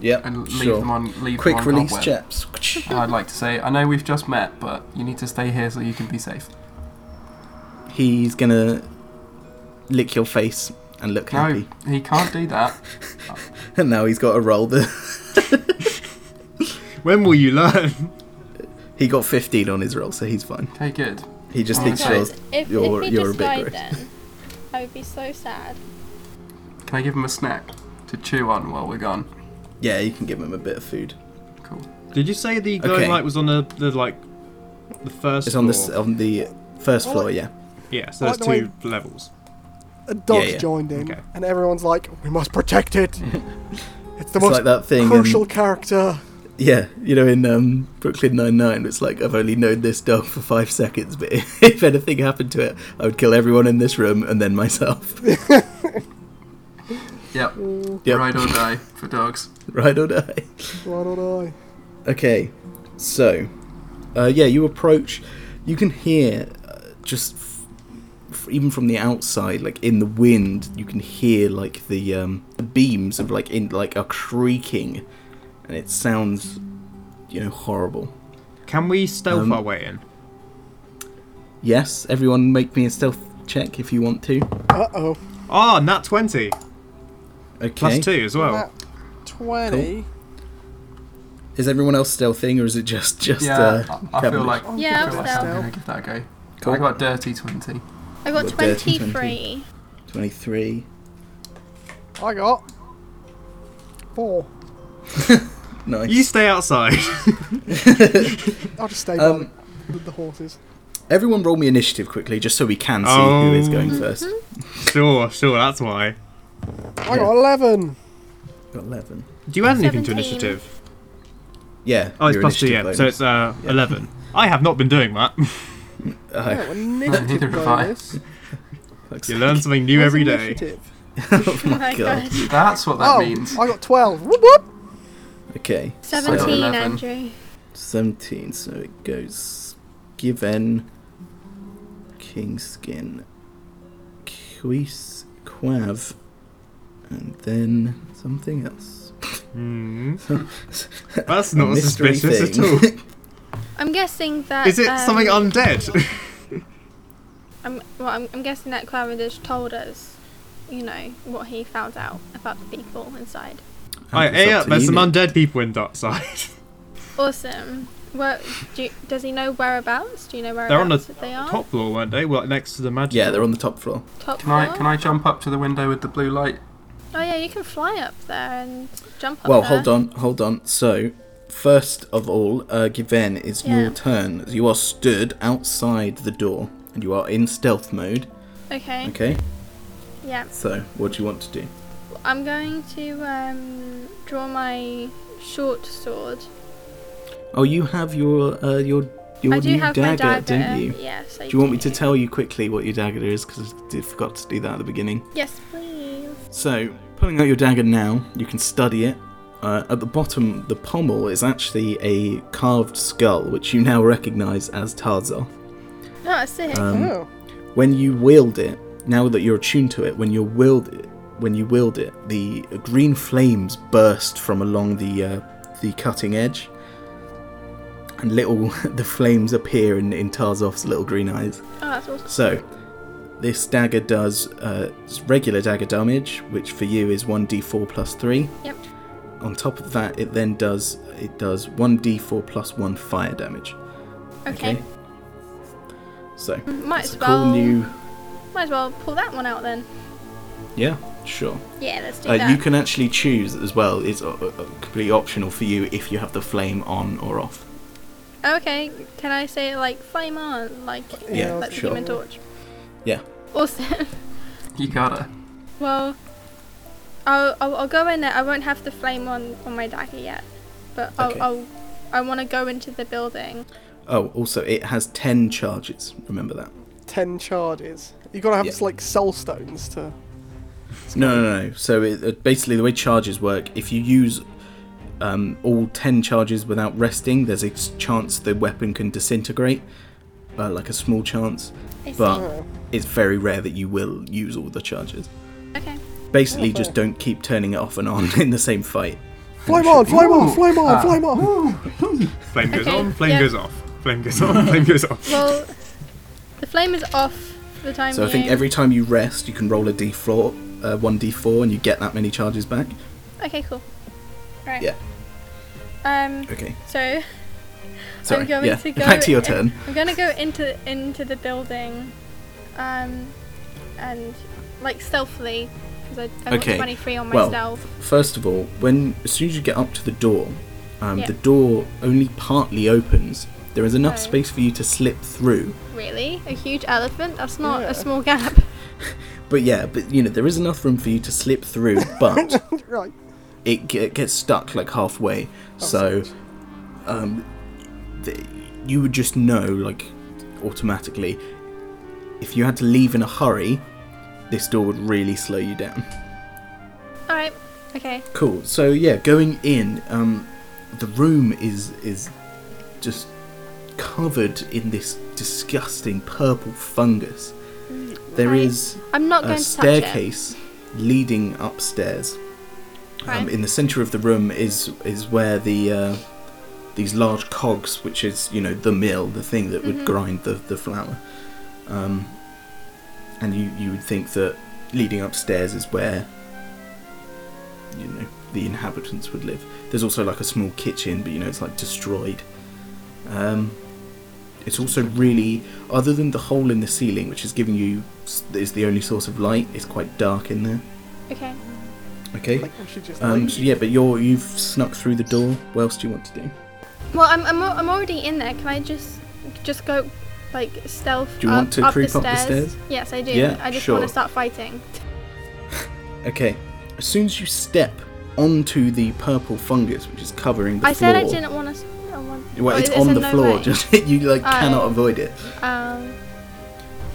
Yeah, and leave sure. them on leave Quick them on release Cobweb? chaps. I'd like to say, I know we've just met, but you need to stay here so you can be safe. He's going to lick your face and look happy. No, he can't do that. And now he's got to roll the. When will you learn? He got 15 on his roll, so he's fine. Okay, good. He just Oh, thinks okay. yours. If, You're- if he you're a just bit died gross. then, I would be so sad. Can I give him a snack to chew on while we're gone? Yeah, you can give him a bit of food. Cool. Did you say the glowing Okay. light was on the, the like the first? It's on floor? the on the first floor. Yeah. Yeah, so I there's like two the way- levels. A dog's Yeah, yeah. joined in, Okay. and everyone's like, "We must protect it." it's the It's most like that thing um, in- crucial character. Yeah, you know, in um, Brooklyn Nine Nine, it's like I've only known this dog for five seconds, but if anything happened to it, I would kill everyone in this room and then myself. Yep. Yep. Ride or die for dogs. Ride or die. Why don't I? Okay, so uh, yeah, you approach. You can hear uh, just f- f- even from the outside, like in the wind, you can hear like the um, the beams of like in like are creaking, and it sounds you know horrible. Can we stealth Um, our way in? Yes, everyone, make me a stealth check if you want to. Uh oh. Ah, nat twenty Okay. plus two as well. Twenty. Is everyone else stealthing, or is it just just? Yeah, uh, I, I feel Cavendish? like, Yeah, I feel I'll like I'm sell. gonna give that a go. Cool. I got a dirty twenty. I got What dirty 23. 23. I got four. Nice. You stay outside. I'll just stay Um, by the, the horses. Everyone roll me initiative quickly, just so we can see who Um, is going first. sure, sure, that's why. I got eleven. Got 11. Do you add anything to 17. initiative? Yeah. Oh, it's your plus two, yeah. initiative So bonus. it's uh, 11. I have not been doing that. Oh, Yeah, well, Neither negative have I. bonus. fuck's You sake. learn something new Where's every day. initiative? oh my god. That's what that Oh, means. I got twelve. Whoop whoop. Okay. so 17, Eleven. Andrew. 17, so it goes Given, Kingskin, Quis, Quav, and then something else. Hmm. That's not mystery suspicious thing. at I'm guessing all. that. Is it um, something undead? I'm, well, I'm, I'm guessing that Claridge told us, you know, what he found out about the people inside. Right, It's hey, up up, to there's you some now. undead people in dark side. Awesome. Well, do you, does he know whereabouts? Do you know They're on the whereabouts that they are? top floor, weren't they? Well, like, next to the magic. Yeah, they're on the top floor. Top Can I floor? can I jump up to the window with the blue light? Oh yeah, you can fly up there and jump up Well, there. hold on, hold on. So, first of all, uh, Given, it's Yeah. your turn. You are stood outside the door, and you are in stealth mode. Okay. Okay, Yeah. so what do you want to do? I'm going to um, draw my short sword. Oh, you have your uh, your your I do new have dagger, my dagger. don't you? Yes. I Do you want me to tell you quickly what your dagger is? Because I did- forgot to do that at the beginning. Yes, please. So, pulling out your dagger now, you can study it. Uh, at the bottom, the pommel is actually a carved skull, which you now recognise as Um, Tarzov. No, I see. oh, when you wield it, now that you're attuned to it, when you wield it, when you wield it, the green flames burst from along the uh, the cutting edge, and little the flames appear in, in Tarzov's little green eyes. oh, that's awesome. So, this dagger does uh, regular dagger damage, which for you is one d4 plus three. Yep. On top of that, it then does it does one d4 plus one fire damage. Okay. So, Might it's as a cool well. new. Might as well pull that one out then. Yeah, sure. Yeah, let's do Uh, that. you can actually choose as well. It's uh, uh, completely optional for you if you have the flame on or off. Okay. Can I say like flame on, like Yeah, like the sure. human torch? Yeah. Awesome. You gotta. well, I'll, I'll I'll go in there. I won't have the flame on on my dagger yet, but I'll, Okay. I'll I want to go into the building. Oh, also it has ten charges. Remember that. ten charges. You gotta have Yeah. like soul stones to. No, no, no. So it, uh, basically, the way charges work, if you use um, all ten charges without resting, there's a s- chance the weapon can disintegrate, uh, like a small chance. I see. But it's very rare that you will use all the charges. Okay. Oh. Basically, just don't keep turning it off and on in the same fight. Flame on, flame on, flame on, Ah. flame on. Flame goes Okay, on, flame yeah. goes off. Flame goes on, flame goes off. Well, the flame is off for the time So I being. think every time you rest, you can roll a d4, uh, one d4, and you get that many charges back. Okay, cool. Right. Yeah. Um. Okay. So Sorry. I'm going yeah. to go back to your in- turn. I'm gonna go into into the building, um, and like stealthily because I, I Okay, got 23 on my well, stealth. First of all, when as soon as you get up to the door, um, Yeah. the door only partly opens. There is enough Okay. space for you to slip through. Really, a huge elephant? That's not Yeah. a small gap. But yeah, but you know there is enough room for you to slip through, but Right. it, ge- it gets stuck like Oh, halfway. so, um, th- you would just know like automatically if you had to leave in a hurry, this door would really slow you down. All right. Okay. Cool. So yeah, going in, um, the room is is just covered in this disgusting purple fungus. There Mm, Right. is I'm not a going to staircase leading upstairs. touch it. Um, Right. in the centre of the room is is where the uh, these large cogs, which is you know the mill, the thing that would grind the the flour. Um, and you you would think that leading upstairs is where you know the inhabitants would live. There's also like a small kitchen, but you know it's like destroyed. Um, it's also really other than the hole in the ceiling, which is giving you is the only source of light. It's quite dark in there. okay. Okay. Like, we should just Um, leave. so yeah, but you're you've snuck through the door. What else do you want to do? Well, I'm, I'm, al- I'm already in there. Can I just just go like stealth Do you up, want to up creep the up the stairs? stairs? Yes, I do. Yeah, I just sure. want to start fighting. Okay. As soon as you step onto the purple fungus, which is covering the I floor, said I didn't want to. I want, Well, oh, it's it on said the no floor. way. Just you like Oh. cannot avoid it. Um,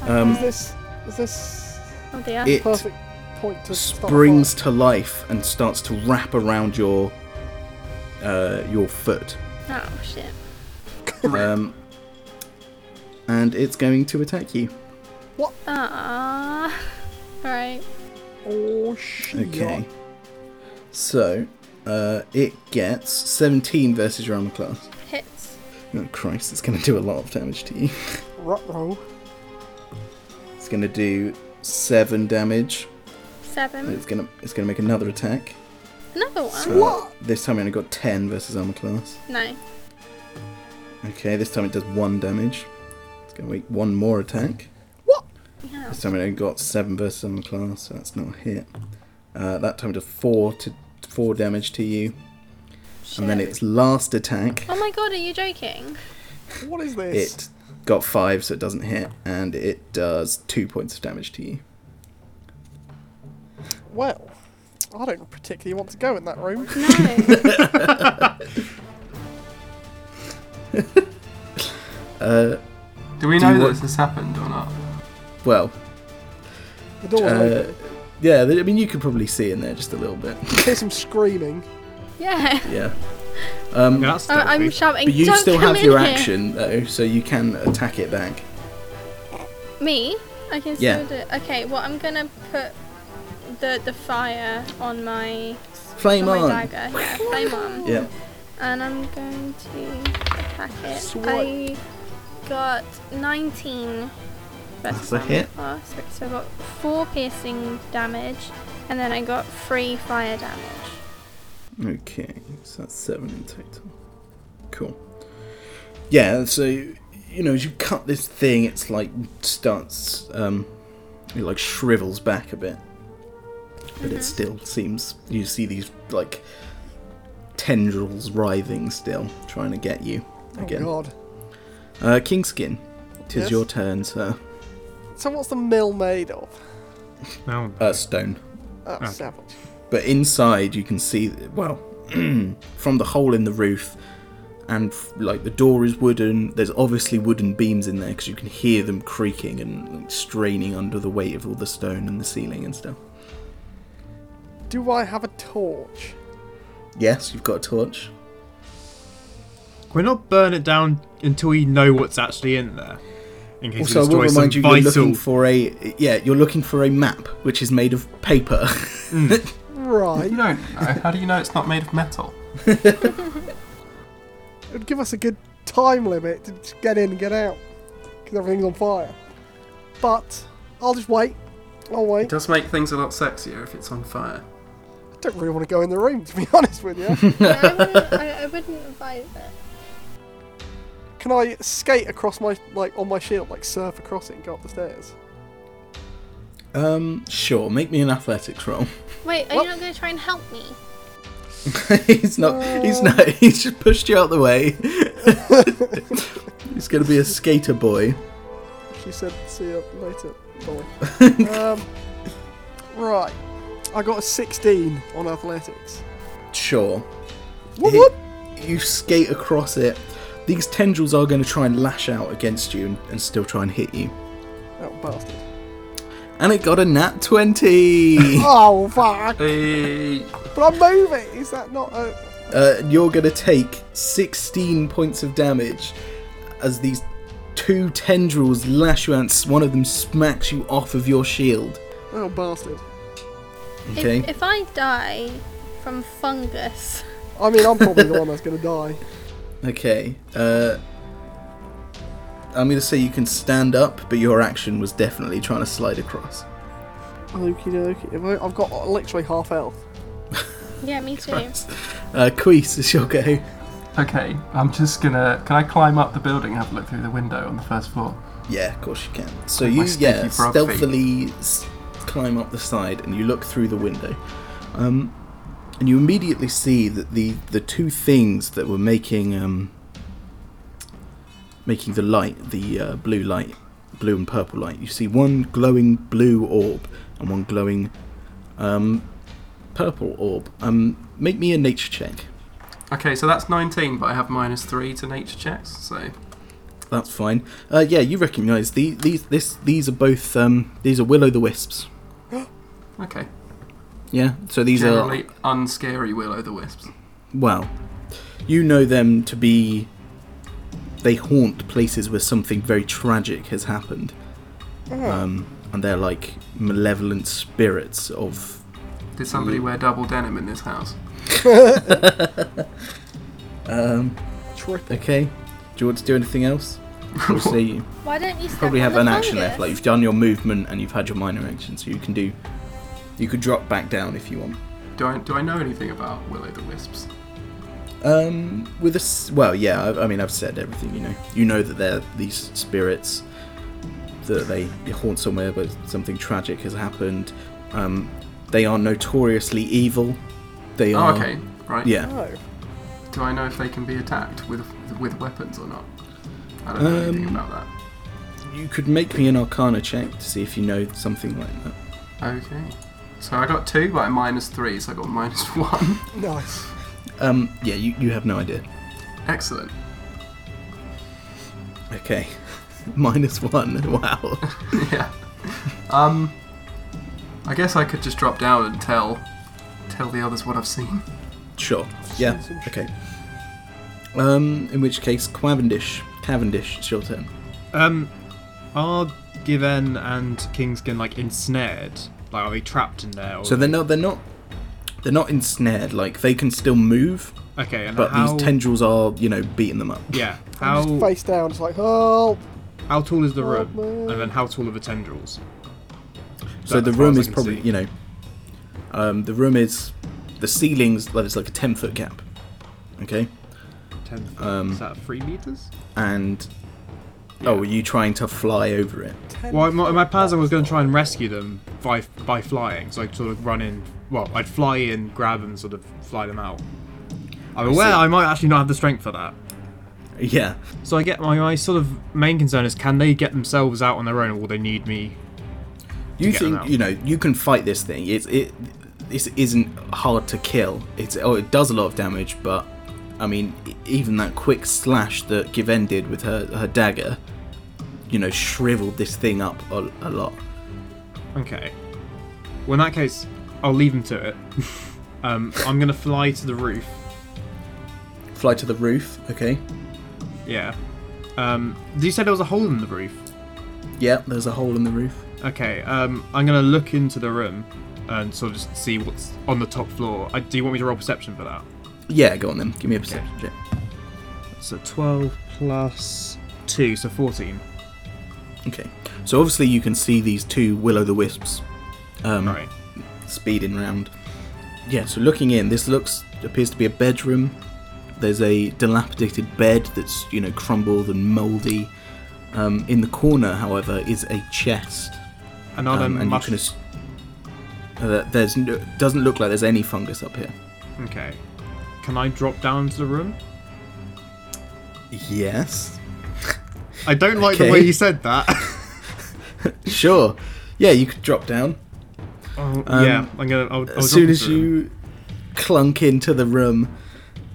Um, is this is this oh dear. It perfect point to start a springs to life and starts to wrap around your uh, your foot, oh shit. um, and it's going to attack you. Ah. All right. fire? Oh shit! Okay. So uh, it gets 17 versus your armor class. Hits. Oh Christ, it's going to do a lot of damage to you. Ruh-roh. It's going to do seven damage. and Seven. It's going to it's going to make another attack. Another one. So This time I only got 10 versus armor class. No. Okay, this time it does one damage. It's going to make one more attack. Yeah. This time it only got seven versus armor class, so that's not a hit. Uh, that time it does four to four damage to you, and then shit. its last attack. Oh my god, are you joking? What is this? It got five, so it doesn't hit, and it does two points of damage to you. Well, I don't particularly want to go in that room. No. Do Do we know you that want- this has happened or not? Well, The door's uh, open. yeah, I mean you could probably see in there just a little bit. You hear some screaming. yeah. Yeah. Um, Yeah, that's I- I'm stealthy. shouting. but you Don't still have come in your here." action though, so you can attack it back. Me? I can Yeah. still do it. Okay, well, I'm gonna put the the fire on my, on Flame Oh my on. dagger. Yeah, flame on. Yeah. And I'm going to attack it. Swat. I got 19 versus That's a armor hit. class, so I got 4 piercing damage, and then I got 3 fire damage. Okay, so that's seven in total. Cool. Yeah, so you know, as you cut this thing, it's like starts, um, it like shrivels back a bit, but Mm-hmm. it still seems you see these like tendrils writhing still, trying to get you Oh again. god. uh, Kingskin, tis Yes? your turn, sir. So what's the mill made of? No. Uh, stone. Oh, Okay. savage. But inside, you can see well from the hole in the roof, and f- like the door is wooden. There's obviously wooden beams in there because you can hear them creaking and like, straining under the weight of all the stone and the ceiling and stuff. Do I have a torch? Yes, you've got a torch. Can we not burn it down until we know what's actually in there? In case also, I we will destroy remind you, some you're vital. looking for a yeah, you're looking for a map which is made of paper. Right. You don't know. How do you know it's not made of metal? It would give us a good time limit to just get in and get out because everything's on fire. But I'll just wait. I'll It wait. I does make things a lot sexier if it's on fire. don't really want to go in the room, to be honest with you. No, I, wouldn't, I, I wouldn't advise it. Can I skate across my like on my shield, like surf across it and go up the stairs? um, sure. Make me an athletics roll. Wait, are What? you not going to try and help me? he's not. He's not. He's just pushed you out the way. he's gonna be a skater boy. She said, "See you later." Boy. um, right. I got a 16 on athletics. Sure. Whoop It- whoop. You skate across it. These tendrils are going to try and lash out against you and, and still try and hit you. Oh bastard. And it got a nat 20! Oh fuck! Hey, But I'm moving. Is that not a? uh, you're going to take 16 points of damage as these two tendrils lash you out. and s- One of them smacks you off of your shield. Oh bastard. Okay? If, if I die from fungus, I mean, I'm probably the one that's gonna die. Okay. Uh, I'm going to say you can stand up, but your action was definitely trying to slide across. Okie dokie. Have I- I've got uh, literally half health. yeah, me too. Uh, Queese, it's your go. Okay, I'm just gonna. Can I climb up the building and have a look through the window on the first floor? Yeah, of course you can. So With you my sneaky yeah frog feet. stealthily s- climb up the side and you look through the window. Um, and you immediately see that the, the two things that were making um, making the light, the uh, blue light, blue and purple light. You see one glowing blue orb and one glowing um, purple orb. Um, make me a nature check. Okay, so that's 19, but I have minus 3 to nature checks, so. That's fine. Uh, yeah, you recognise the, these. This these are both. Um, these are will o' the wisps. Okay. Yeah. So these Generally are. unscary will o' the wisps. Well, you know them to be. They haunt places where something very tragic has happened. Um, and they're like malevolent spirits of Did somebody Mm. wear double denim in this house? Um, Triple. okay. Do you want to do anything else? We'll see. Why don't you step Probably on have the an action fungus? left. Like you've done your movement and you've had your minor action, so you can do. You could drop back down if you want. Do I, do I know anything about will o' the wisps? Um, with a s- well, yeah. I, I mean, I've said everything. You know, you know that they're these spirits that they haunt somewhere, but something tragic has happened. Um, they are notoriously evil. They Oh, are. okay, right. Uh, Yeah. No. Do I know if they can be attacked with with weapons or not? I don't know anything Um, about that. You could make me an Arcana check to see if you know something like that. Okay. So I got two, but I minus three, so I got minus one. Nice. Um, yeah. You, you have no idea. Excellent. Okay. Minus one. Wow. yeah. Um. I guess I could just drop down and tell tell the others what I've seen. Sure. Yeah. Okay. Um, in which case, Cavendish. Cavendish, it's your turn. Um, are Given and Kingskin like ensnared? Like, are they trapped in there? Or So they're not. They're not. They're not ensnared. Like they can still move, okay. And but how, these tendrils are, you know, beating them up. Yeah. Just How face down. It's like, "Oh, help. how tall is the room? man. And then how tall are the tendrils? So That- the as far room as I is can probably, see. you know, um, the room is, the ceiling's like it's like a ten foot gap. Okay. Ten. Foot. Um, is that three meters? And oh, are you trying to fly over it? Well, in my, in my plans, I was going to try and rescue them by by flying. So I'd sort of run in. Well, I'd fly in, grab them, sort of fly them out. I'm aware I might actually not have the strength for that. Yeah. So I get my, my sort of main concern is can they get themselves out on their own, or will they need me? You get them think out. you know you can fight this thing? It's it. This isn't hard to kill. It's oh, it does a lot of damage, but I mean, e- even that quick slash that Given did with her her dagger, you know, shriveled this thing up a, a lot. Okay. Well, in that case, I'll leave them to it. um, I'm gonna fly to the roof. Fly to the roof, okay? Yeah. Um, you said there was a hole in the roof. Yeah, there's a hole in the roof. Okay. Um, I'm gonna look into the room and sort of just see what's on the top floor. I, do you want me to roll perception for that? Yeah, go on then. Give me a perception check. So 12 plus 2, so 14. Okay. So obviously you can see these two will o' the wisps. Um, Right. speeding round. Yeah, so looking in, this looks appears to be a bedroom. There's a dilapidated bed that's you know crumbled and mouldy. Um, in the corner, however, is a chest, And are there um, and mush- you can. Ass- uh, there's no, doesn't look like there's any fungus up here. Okay. Can I drop down to the room? Yes. I don't like Okay. the way you said that. Sure. Yeah, you could drop down. oh, Um, yeah, I'm gonna. I'll, I'll as soon drop as into the room. you clunk into the room,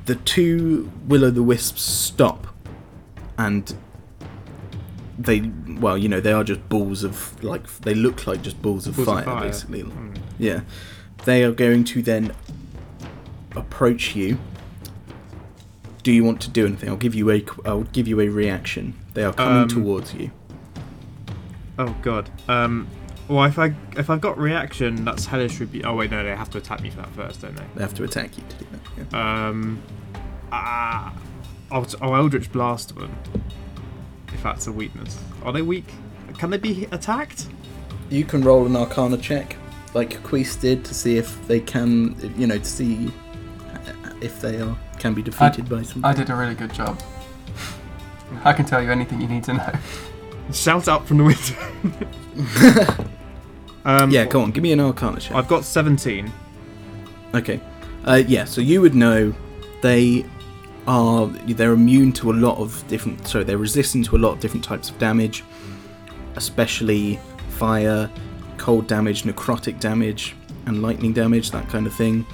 the two will o' the wisps stop, and they well, you know, they are just balls of like they look like just balls of, Balls of fire, fire. Hmm. basically. Yeah, they are going to then approach you. Do you want to do anything? I'll give you a I'll give you a reaction. They are coming Um, towards you. Oh god. Um. Well, if I if I've got reaction, that's hellish. Would be. Oh wait, no, they have to attack me for that first, don't they? They have to attack you to do that. yeah. Um. Ah. I'll, t- I'll Eldritch blast them. If that's a weakness, are they weak? Can they be attacked? You can roll an Arcana check, like Quees did, to see if they can, you know, to see if they are can be defeated by something. I did a really good job. I can tell you anything you need to know. Shout out from the window. um, yeah, go on, give me an Arcana check. I've got 17. Okay. Uh, yeah, so you would know they are they're immune to a lot of different so they're resistant to a lot of different types of damage, especially fire, cold damage, necrotic damage, and lightning damage, that kind of thing,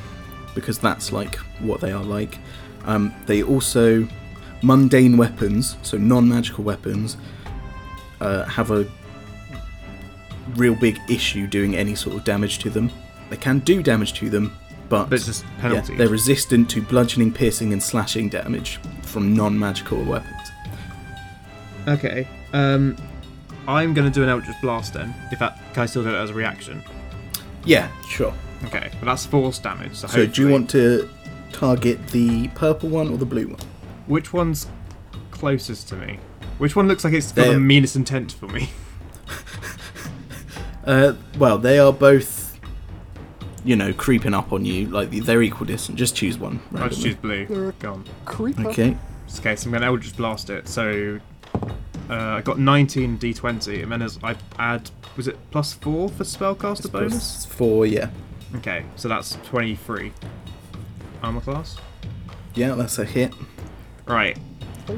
because that's like what they are like. Um, they also mundane weapons, so non-magical weapons, uh, have a real big issue doing any sort of damage to them. They can do damage to them, but, But it's just yeah, penalties. they're resistant to bludgeoning, piercing, and slashing damage from non-magical weapons. Okay. Um, I'm gonna do an Eldritch Blast then. If that can I still do it as a reaction? Yeah, sure. Okay, but that's force damage. So, So, do you hopefully- want to target the purple one or the blue one? which one's closest to me? Which one looks like it's got There. the meanest intent for me? Uh, well, they are both, you know, creeping up on you. Like they're equal distance. Just choose one. I just choose randomly. blue. There. Gone. Creeper. Okay. Okay, so I'm gonna Eldritch Blast it. So uh, I got 19 d20, and then as I add, was it plus four for spellcaster bonus? Plus Four. Yeah. Okay, so that's 23. Armor class. Yeah, that's a hit. Right,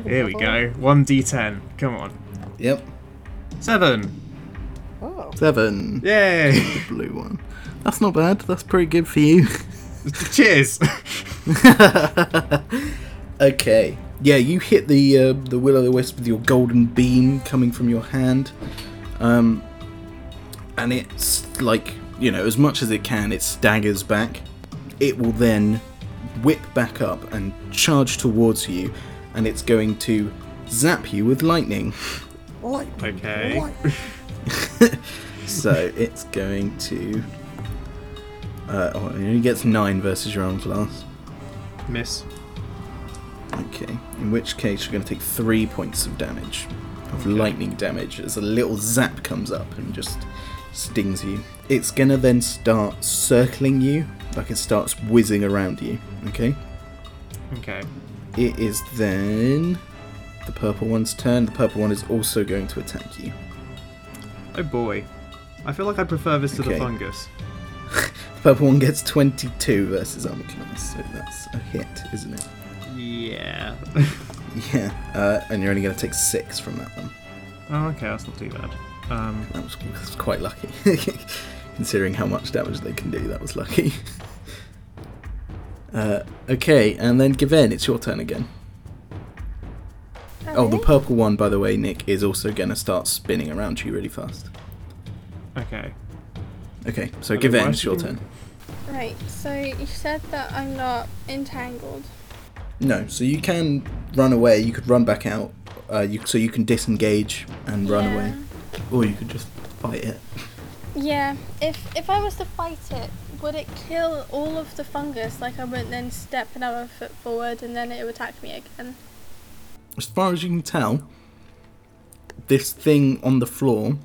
here we go. One d10. Come on. Yep. Seven. Oh. Seven. Yay! Blue one. That's not bad. That's pretty good for you. Cheers. okay. Yeah, you hit the uh, the will o' the wisp with your golden beam coming from your hand, um, and it's like you know as much as it can, it staggers back. It will then whip back up and charge towards you, and it's going to zap you with lightning. Lightning. Okay. Lightning. So it's going to. Uh, oh, it only gets nine versus your arm class. Miss. Okay, in which case you're going to take three points of damage, of lightning damage, as a little zap comes up and just stings you. It's going to then start circling you, like it starts whizzing around you, okay? Okay. It is then the purple one's turn. The purple one is also going to attack you. Oh boy. I feel like I prefer this to Okay. the fungus. The purple one gets 22 versus armor class, so that's a hit, isn't it? Yeah. Yeah, uh, and you're only going to take six from that one. oh, okay, that's not too bad. Um, That was, that's quite lucky. Considering how much damage they can do, that was lucky. Uh, okay, and then Given, it's your turn again. Oh, the purple one, by the way, Nick, is also going to start spinning around you really fast. okay. Okay, so I don't know Given, why it's your she turn. didn't- Right, so you said that I'm not entangled. No, so you can run away, you could run back out, uh, you, so you can disengage and run Yeah. away. Or you could just fight it. Yeah. If if I was to fight it, would it kill all of the fungus? Like I wouldn't then step another foot forward and then it would attack me again. as far as you can tell, this thing on the floor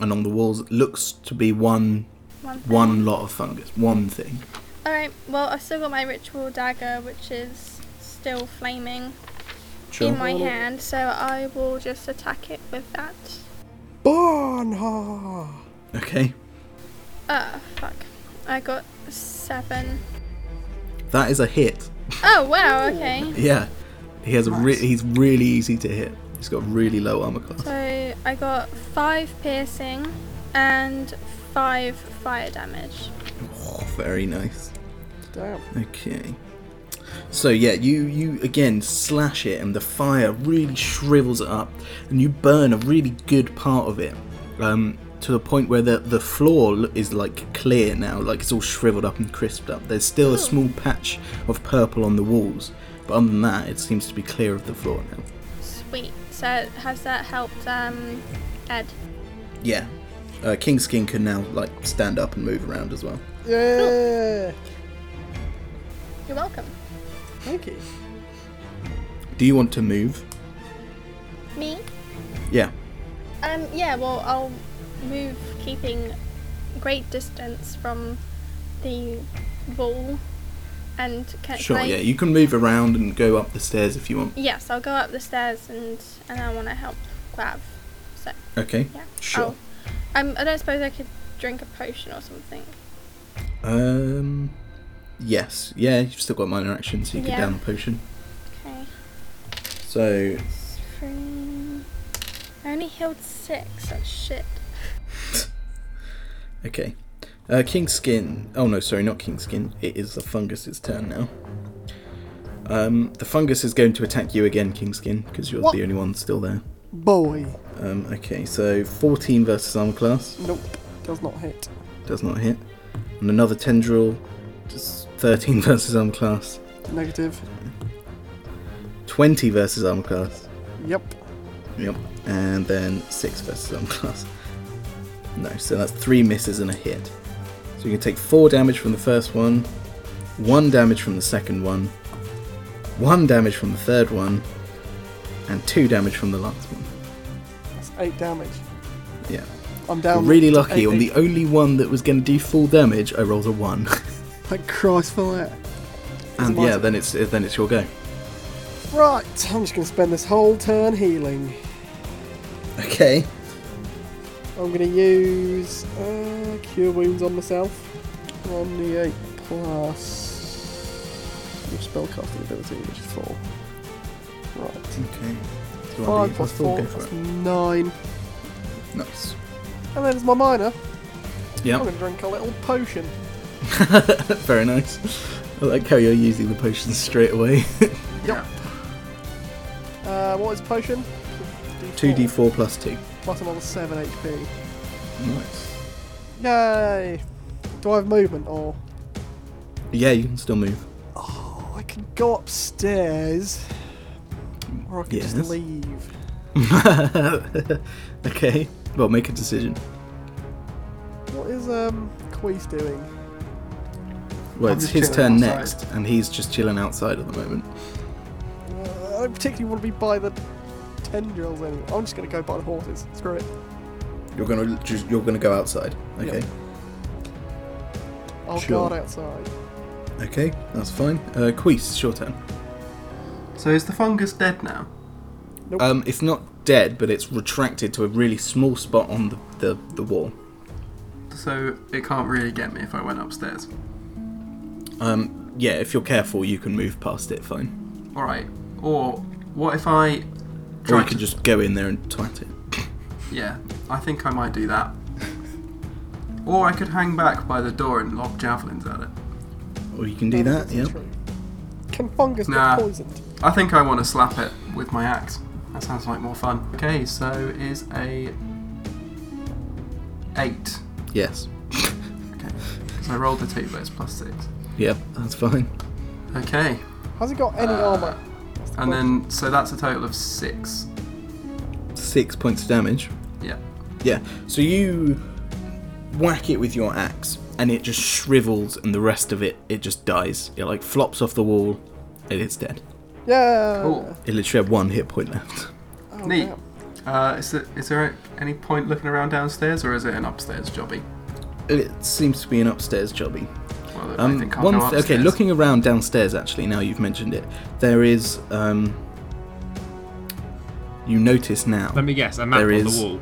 and on the walls looks to be one One. thing. one lot of fungus, one thing. All right. Well, I've still got my ritual dagger, which is still flaming in my hand. So I will just attack it with that. Barnha. Okay, Ah, fuck. I got seven. that is a hit. Oh wow. Okay. Yeah, he has a re- he's really easy to hit. He's got really low armor class. So I got five piercing and five fire damage. Oh, very nice. Damn. Okay. So yeah, you you again slash it, and the fire really shrivels it up, and you burn a really good part of it, um, to the point where the the floor l- is like clear now, like it's all shriveled up and crisped up. There's Hmm. still a small patch of purple on the walls, but other than that, it seems to be clear of the floor now. Sweet. So has that helped um Ed? Yeah, uh, King Skin can now like stand up and move around as well. Yeah. You're welcome. Thank you. Do you want to move? Me? Yeah. Um yeah, well I'll move keeping great distance from the wall and can, Sure. can I- Yeah, you can move around and go up the stairs if you want. Yes, I'll go up the stairs and and I wanna help grab. So Okay. yeah. Sure. I'll- um I don't suppose I could drink a potion or something. Um, Yes. Yeah, you've still got minor action, so you Yeah. get down a potion. Okay. So It's three. I only healed six. That's shit. Okay. Uh, King Skin. Oh no, sorry, not King Skin. It is the fungus' turn now. Um, the fungus is going to attack you again, King Skin, because you're What? the only one still there. Boy. Um, okay, so 14 versus armor class Nope. Does not hit. does not hit, and another tendril, just 13 versus armor class, Negative. 20 versus armor class, Yep. yep, and then six versus armor class. No, so that's three misses and a hit. So you can take four damage from the first one, one damage from the second one, one damage from the third one, and two damage from the last one. That's eight damage. Yeah. I'm down. really to lucky. eight On the HP. only one that was going to do full damage, I rolled a one, Thank Christ for that. and my yeah, turn. then it's then it's your go. Right. I'm just gonna spend this whole turn healing. Okay. I'm gonna use uh, cure wounds on myself. On the eight plus your spellcasting ability, which is four. Right. Okay. Do you want Five to plus four, Go that's for it. nine. Nice. And then as my minor, I'm Yeah. gonna drink a little potion. Very nice. I like how you're using the potions straight away. Yeah. Uh, what is potion? Two d4 plus two. Plus another seven HP. Nice. Yay! Do I have movement or? Yeah, you can still move. Oh, I can go upstairs, or I can Yes. just leave. okay. Well, make a decision. What is um Queez doing? Well, I'm it's just his turn chilling outside. next, and he's just chilling outside at the moment. Uh, I don't particularly want to be by the tendrils anymore. I'm just gonna go by the horses. Screw it. You're gonna just, you're gonna go outside. Okay. I'll Sure. guard outside. Okay, that's fine. Uh, Queese, your turn. So is the fungus dead now? Nope. Um, it's not dead, but it's retracted to a really small spot on the, the, the wall. So it can't really get me if I went upstairs. Um, yeah, if you're careful, you can move past it fine. All right. Or what if I Or try you to can just go in there and twat it. Yeah, I think I might do that. Or I could hang back by the door and lob javelins at it. Or you can do that, That's yeah. true. Can fungus Nah. get poisoned? I think I want to slap it with my axe. That sounds like more fun. Okay, so is a eight. Yes. Okay, because I rolled a two, but it's plus six. Yep, that's fine. Okay, Has it got any Uh, armor? That's the and question. then so that's a total of six. Six points of damage. Yeah. Yeah, so you whack it with your axe, and it just shrivels, and the rest of it, it just dies. It like flops off the wall, and it's dead. yeah. Cool. It literally had one hit point left. Oh, Neat. damn. Uh, is, it, is there any point looking around downstairs, or is it an upstairs jobby? It seems to be an upstairs jobby. Well, I Um, think I'll one go th- okay, upstairs. looking around downstairs, actually, now you've mentioned it, there is. Um, you notice now. Let me guess, a map There on is- the wall.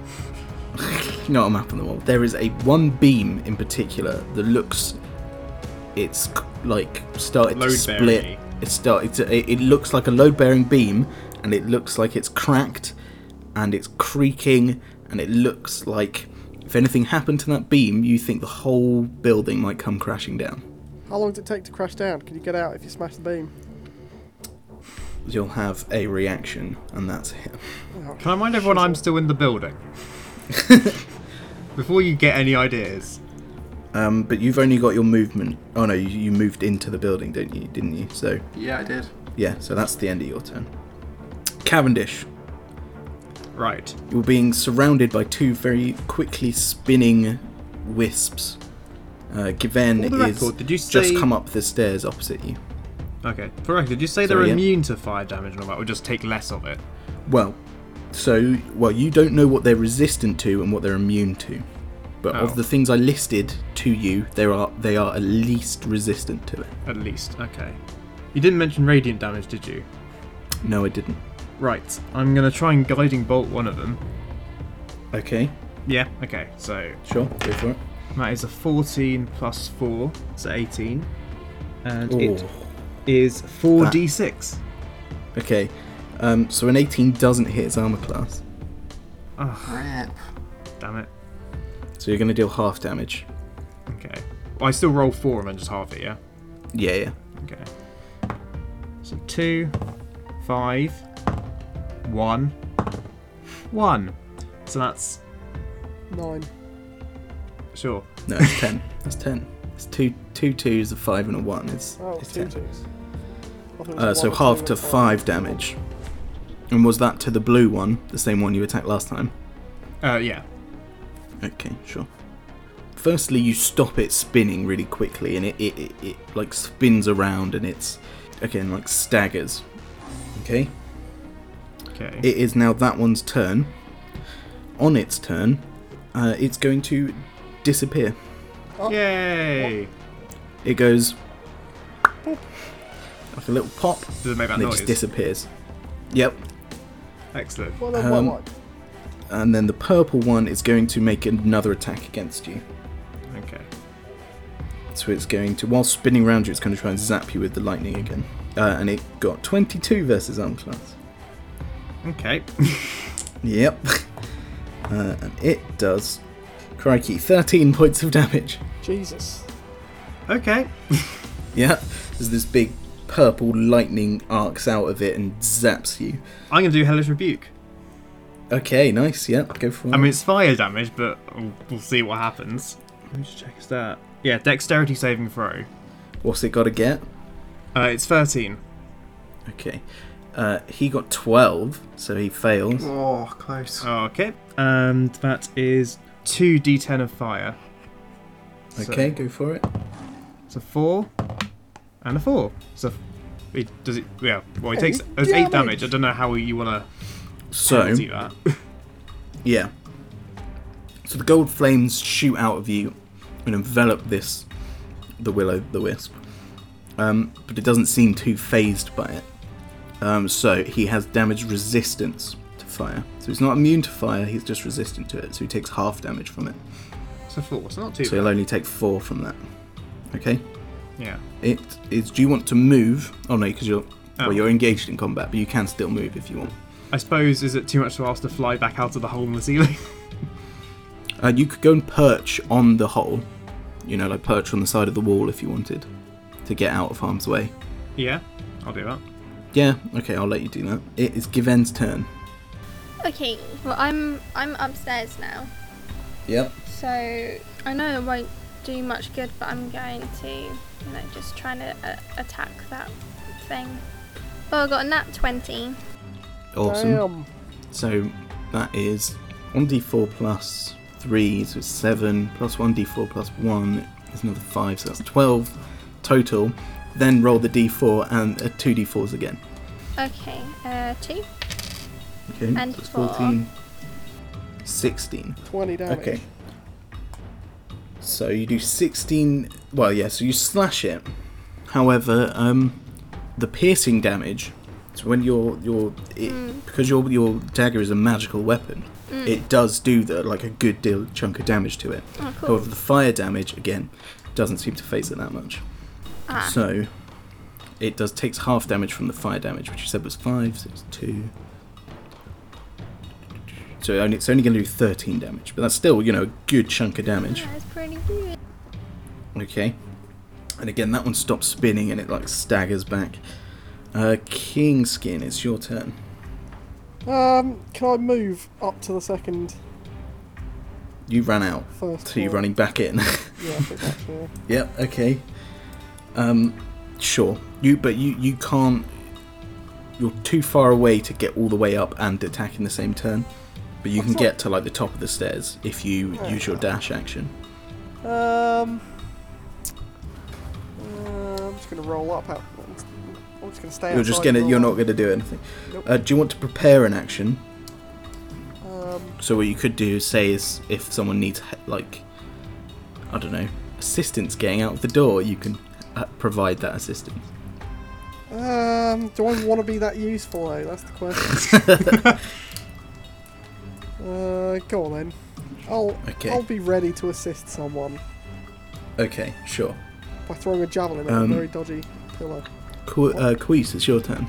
not a map on the wall. There is a one beam in particular that looks. It's c- like started to Load-bearing-y. split. It started to. It, it looks like a load-bearing beam, and it looks like it's cracked, and it's creaking, and it looks like if anything happened to that beam, you think the whole building might come crashing down. How long does it take to crash down? Can you get out if you smash the beam? You'll have a reaction, and that's it. Can I remind everyone I'm still in the building? Before you get any ideas. Um, but you've only got your movement. Oh no, you, you moved into the building, didn't you? Didn't you? So Yeah, I did. yeah, so that's the end of your turn. Cavendish, Right. You're being surrounded by two very quickly spinning wisps. Uh, Given For the is record, did you just say- come up the stairs opposite you. Okay. For record, did you say Sorry, they're yeah. immune to fire damage and all that, or just take less of it? Well, so well you don't know what they're resistant to and what they're immune to, but Oh. of the things I listed to you, there are they are at least resistant to it. At least. Okay. You didn't mention radiant damage, did you? No, I didn't. Right. I'm gonna try and guiding bolt one of them. Okay, Yeah. Okay. So sure, go for it. that is a 14 plus four, so 18. and Ooh. it is 4d6. Okay. Um, so an 18 doesn't hit his armor class. Rip. Damn it. So you're going to deal half damage. Okay. Well, I still roll 4 and then just halve it, yeah? Yeah, yeah. Okay. So 2, 5, 1, 1. So that's. Nine. Sure. No, it's 10. That's 10. It's two, two twos, a five, and a one. It's, Oh, it's two 10. twos. I thought it was Uh, one so or half two to or five damage. And was that to the blue one, the same one you attacked last time? Uh, yeah. Okay, sure. Firstly, you stop it spinning really quickly, and it it, it, it like spins around, and it's again like staggers. Okay, Okay. it is now that one's turn. On its turn, uh, it's going to disappear. Yay! It goes like a little pop, Does it make that and it noise? just disappears. Yep, Excellent. Well, then, um, Um, and then the purple one is going to make another attack against you. Okay. So it's going to, while spinning around you, it's going to try and zap you with the lightning again. Uh, and it got 22 versus arm class. Okay. Yep. Uh, and it does, crikey, 13 points of damage. Jesus. okay. Yeah. There's this big purple lightning arcs out of it and zaps you. I'm going to do Hellish Rebuke. Okay, nice. Yep, go for it. I mean, it's fire damage, but we'll, we'll see what happens. Let me just check his stat. Yeah, dexterity saving throw. What's it got to get? Uh, it's 13. Okay. Uh, he got 12, so he fails. Oh, close. Okay. And that is 2d10 of fire. Okay, go for it. It's a 4 and a 4. So he does it. Yeah, well, he takes Eight it's 8 damage. damage. I don't know how you want So, to do that. Yeah. So the gold flames shoot out of you and envelop this, the willow, the wisp. Um, but it doesn't seem too phased by it. Um, so he has damage resistance to fire. So he's not immune to fire, he's just resistant to it. So he takes half damage from it. It's a 4, so not too So he'll only take four from that. Okay? bad. Yeah. It is. Do you want to move? Oh no, because you're. Oh. Well, you're engaged in combat, but you can still move if you want. I suppose, is it too much to ask to fly back out of the hole in the ceiling? Uh, you could go and perch on the hole, you know, like perch on the side of the wall if you wanted to get out of harm's way. yeah, I'll do that. Yeah, okay, I'll let you do that. It is Given's turn. Okay, well I'm I'm upstairs now, Yep. so I know it won't do much good, but I'm going to, you know, just trying to uh, attack that thing. Well, I got a nat twenty. Awesome. Damn. So that is 1d4 plus 3, so it's 7, plus 1d4 plus 1 is another 5, so that's 12 total. Then roll the d4 and uh, 2d4s again. Okay, uh, two. Okay, And so it's four. 14, 16. 20 damage. Okay. So you do 16. Well, yeah, so you slash it. However, um, the piercing damage. So when your your it, Hmm. because your your dagger is a magical weapon, it does do the like a good deal chunk of damage to it. Oh, cool. However, the fire damage again doesn't seem to phase it that much. Ah. So it does takes half damage from the fire damage, which you said was five, so it's two. So it only- it's only going to do 13 damage, but that's still, you know, a good chunk of damage. That's pretty good. Okay. And again, that one stops spinning and it, like, staggers back. Uh, Kingskin, it's your turn. Um, can I move up to the second You ran out, first? so you're floor? running back in. Yeah, I think that's yeah. yep, okay. Um, sure. You, but you, you can't. You're too far away to get all the way up and attack in the same turn. But you can What's get to, like, the top of the stairs if you use your dash action. Um, uh, I'm just gonna roll up. Out. I'm just- I'm just gonna stay. You're just outside and gonna. roll You're not up. gonna do anything. Nope. Uh, do you want to prepare an action? Um, So what you could do, say, is if someone needs he- like, I don't know, assistance getting out of the door, you can uh, provide that assistance. um, do I want to be that useful though? That's the question. uh, go on then. I'll Okay. I'll be ready to assist someone Okay, sure. by by throwing a javelin at Um, a very dodgy pillar. Qu- uh, Queese, it's your turn.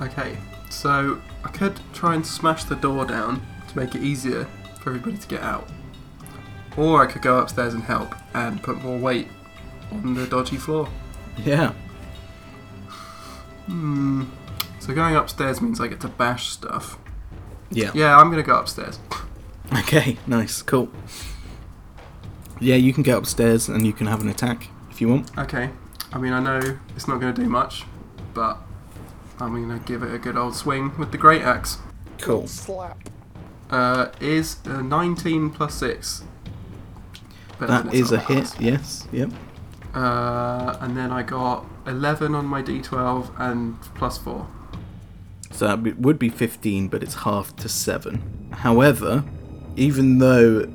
Okay, so I could try and smash the door down to make it easier for everybody to get out. Or I could go upstairs and help and put more weight on the dodgy floor. Yeah. Hmm. So going upstairs means I get to bash stuff. Yeah. Yeah, I'm gonna go upstairs. Okay, nice, cool. Yeah, you can get upstairs and you can have an attack if you want. Okay. I mean, I know it's not gonna do much, but I'm gonna give it a good old swing with the great axe. Cool. Slap. Uh, is a 19 plus six. Better than That it's is a not. hit, yes, yep. Uh, and then I got 11 on my d12 and plus 4. So that be- would be 15, but it's half to 7. However, even though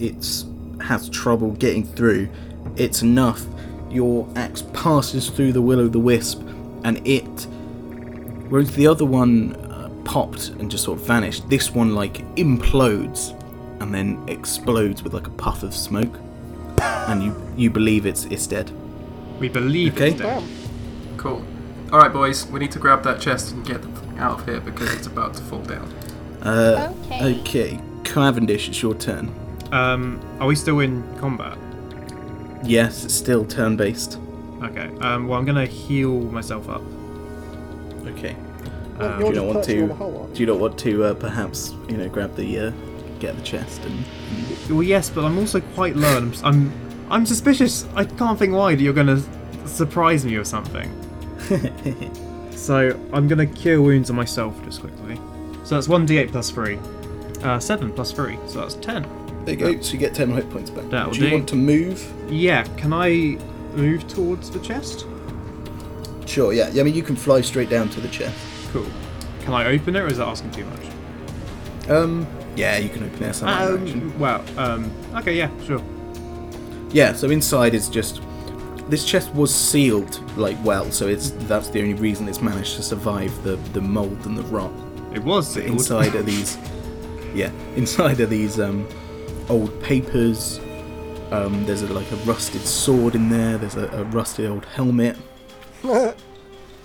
it's has trouble getting through, it's enough. Your axe passes through the will o' the wisp, and it. Whereas the other one uh, popped and just sort of vanished, this one like implodes and then explodes with like a puff of smoke, and you you believe it's it's dead. We believe Okay. it's dead. Damn. Cool. Alright, boys, we need to grab that chest and get the f- out of here because it's about to fall down. Uh, Okay. okay, Cavendish, it's your turn. Um, are we still in combat? Yes, it's still turn based. Okay. Um, well, I'm gonna heal myself up. Okay. Do Um, You're you not just want perching to? on the whole lot. Do you not want to uh, perhaps you know grab the uh, get the chest and Well, yes, but I'm also quite low, and I'm, I'm, I'm suspicious. I can't think why that you're gonna s- surprise me or something. so I'm gonna cure wounds on myself just quickly. So that's one d8 plus three, uh, seven plus three, so that's ten. there you go. So you get ten hit points back. That'll do you do. want to move? Yeah, can I move towards the chest? Sure. Yeah. I mean, you can fly straight down to the chest. Cool. Can I open it, or is that asking too much? Um. Yeah, you can open it. some other action. Um, well, um, okay, yeah, sure. Yeah. So inside is just this chest was sealed like well, so it's that's the only reason it's managed to survive the the mold and the rot. It was sealed. inside are these yeah inside are these um, old papers um, there's a, like a rusted sword in there there's a, a rusted old helmet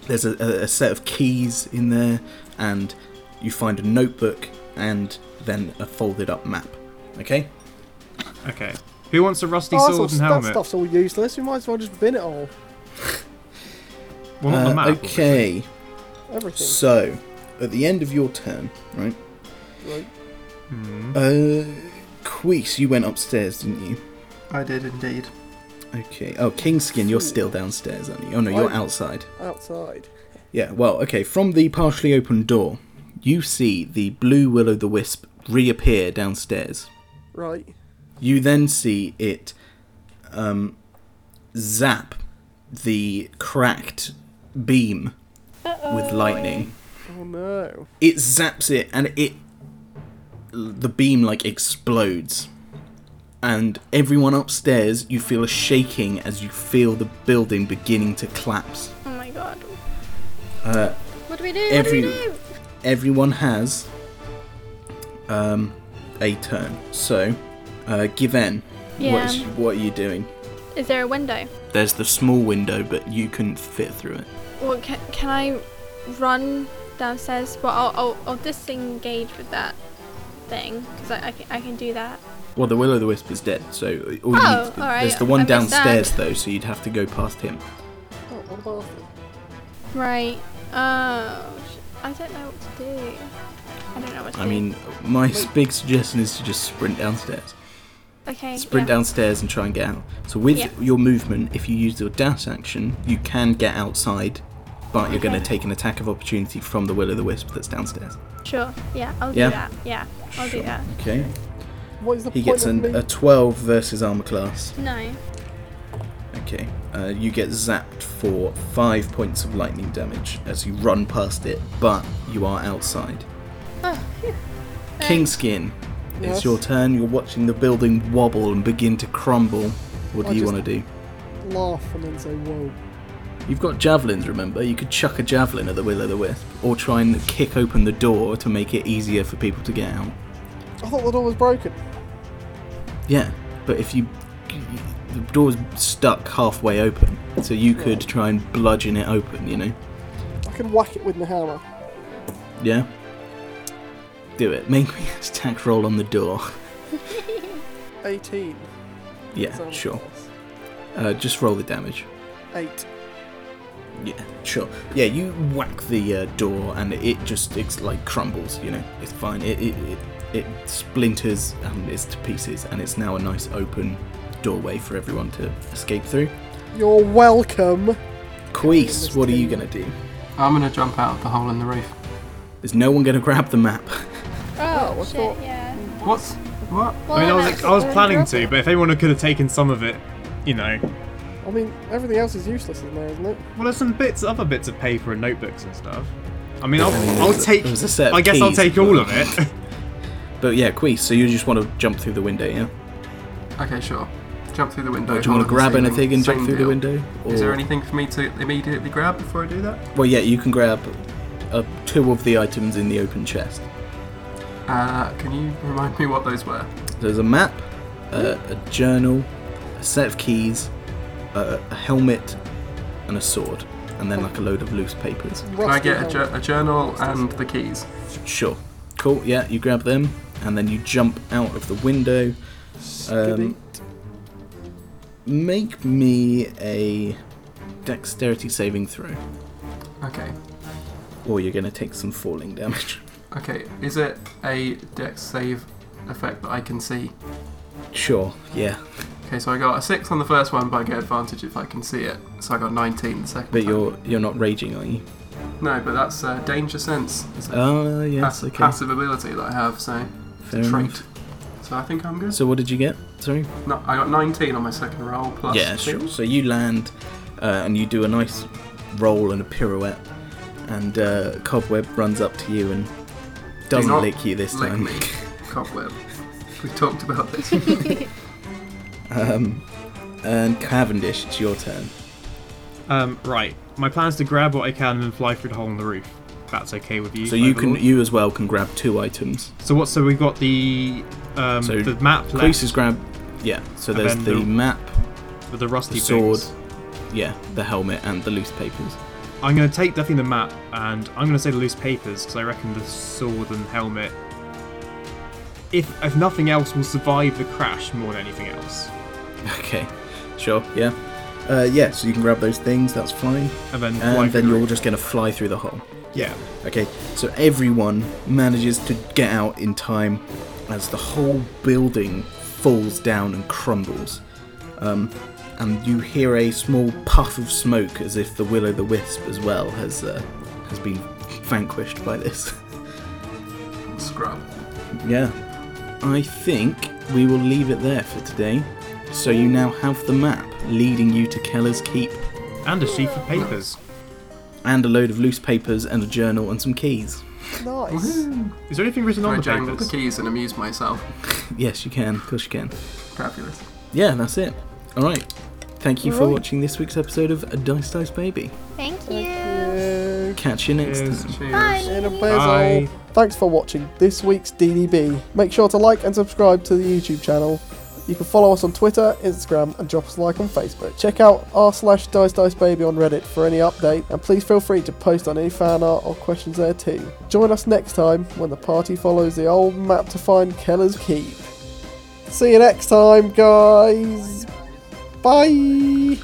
there's a, a, a set of keys in there and you find a notebook and then a folded up map okay Okay. Who wants a rusty Oh, that's all- sword and that helmet? stuff's all useless. We might as well just bin it all. Well, not the Uh, map. okay Everything. so at the end of your turn right Right. uh Queese, you went upstairs didn't you I did indeed. Okay. Oh, Kingskin, you're still downstairs, aren't you? Oh no, you're outside. Outside. Yeah. Well, okay. From the partially open door, you see the blue will o' the wisp reappear downstairs. Right. You then see it um, zap the cracked beam with lightning. Oh no. It zaps it, and it the beam like explodes. And everyone upstairs, you feel a shaking as you feel the building beginning to collapse. Oh my god. Uh, What do we do? Every- What do we do? everyone has um, a turn. So, uh, Given, Yeah. what's, what are you doing? Is there a window? There's the small window, but you couldn't fit through it. Well, can, can I run downstairs? Well, I'll, I'll, I'll disengage with that thing because I, I, can, I can do that. Well, the Will o' the Wisp is dead, so all you need Oh, to do- alright, there's the one I missed that. downstairs though, so you'd have to go past him. Oh, what about Right. Oh, sh- I don't know what to do. I don't know what to I do. mean, my big suggestion is to just sprint downstairs. okay. Sprint yeah. downstairs and try and get out. So with Yeah. your movement, if you use your dash action, you can get outside, but you're going to Okay. take an attack of opportunity from the Will o' the Wisp that's downstairs. Sure. Yeah, I'll Yeah. do that. Yeah, I'll Sure. do that. Okay. What is the He point gets of an, me? a 12 versus armor class. No. Okay. Uh, you get zapped for 5 points of lightning damage as you run past it, but you are outside. Kingskin, it's Ah, Yes. your turn. You're watching the building wobble and begin to crumble. What do I you just- want to do? Laugh and then say, whoa. You've got javelins, remember? You could chuck a javelin at the Will o' the Wisp, or try and kick open the door to make it easier for people to get out. I thought the door was broken. Yeah, but if you. the door's stuck halfway open, so you could try and bludgeon it open. You know, I can whack it with my hammer. yeah. Do it. Make me an attack roll on the door. 18. Is Yeah, that sure. what it was? Uh, just roll the damage. Eight. Yeah, sure. Yeah, you whack the uh, door and it just it's like crumbles. You know, it's fine. It it, it, it splinters and it's to pieces, and it's now a nice open doorway for everyone to escape through. You're welcome. Queese, what are you gonna do? I'm gonna jump out of the hole in the roof. Is no one gonna grab the map? Oh, what's shit, that? yeah. What's what? Well, I mean, I was, that's- I was planning that's- to, but if anyone could have taken some of it, you know. I mean, everything else is useless in there, isn't it? Well, there's some bits, other bits of paper and notebooks and stuff. I mean, I'll, I'll take. there was a set of I guess I'll keys take as well. all of it. But yeah, Queese, so you just want to jump through the window, yeah? Okay, sure. Jump through the window. Or do you want I'll to grab same- anything and jump same through the deal. window? Or, Is there anything for me to immediately grab before I do that? Well, yeah, you can grab uh, two of the items in the open chest. Uh, can you remind me what those were? There's a map, uh, a journal, a set of keys, uh, a helmet, and a sword, and then like a load of loose papers. Can I Rusty get a, helmet. ju- a journal and the keys? Sure. Cool. Yeah, you grab them, and then you jump out of the window. Um, make me a dexterity saving throw, Okay. or you're going to take some falling damage. Okay. Is it a dex save effect that I can see? Sure. Yeah, Okay, so I got a six on the first one, but I get advantage if I can see it. So I got 19 the second but time. you're you're not raging, are you? No, but that's uh, danger sense. It's a Oh, yes. pass- Okay. passive ability that I have, so it's Fair a trait. enough. So I think I'm good. So what did you get? Sorry. No, I got 19 on my second roll. Plus yeah, two. sure. So you land uh, and you do a nice roll and a pirouette, and uh, Cobweb runs up to you and doesn't not lick you this Lick time. me, cobweb. We talked about this. Um, and Cavendish, it's your turn. um, right. My plan is to grab what I can and then fly through the hole in the roof. If That's okay with you. So you can Overlord. you as well can grab two items. So what? So we've got the um, So the map Grease left has grabbed. Yeah. So And there's then the the- map. with the rusty the sword. bits. Yeah, the helmet and the loose papers. I'm going to take definitely the map, and I'm going to say the loose papers because I reckon the sword and helmet, if if nothing else, will survive the crash more than anything else. Okay. Sure. Yeah. Uh, yeah. So you can grab those things. That's fine. And then fly And then through. you're all just going to fly through the hole. yeah. Okay, so everyone manages to get out in time as the whole building falls down and crumbles. Um, and you hear a small puff of smoke as if the Will o' the Wisp as well has, uh, has been vanquished by this. Scrub. yeah. I think we will leave it there for today. So you now have the map leading you to Keller's Keep, And a sheaf of papers. and a load of loose papers, and a journal, and some keys. Nice. Is there anything written I on the jangled the papers? keys and amused myself. Yes, you can. Of course, you can. Fabulous. yeah, that's it. All right. Thank you for Alright. watching this week's episode of A Dice Dice Baby. Thank you. Yeah. Catch you next Cheers. time. Cheers. Bye. In a Bye. bezel. Thanks for watching this week's DDB. Make sure to like and subscribe to the YouTube channel. You can follow us on Twitter, Instagram, and drop us a like on Facebook. Check out r slash dice dice baby on Reddit for any update, and please feel free to post on any fan art or questions there too. Join us next time when the party follows the old map to find Keller's Keep. See you next time, guys. Bye.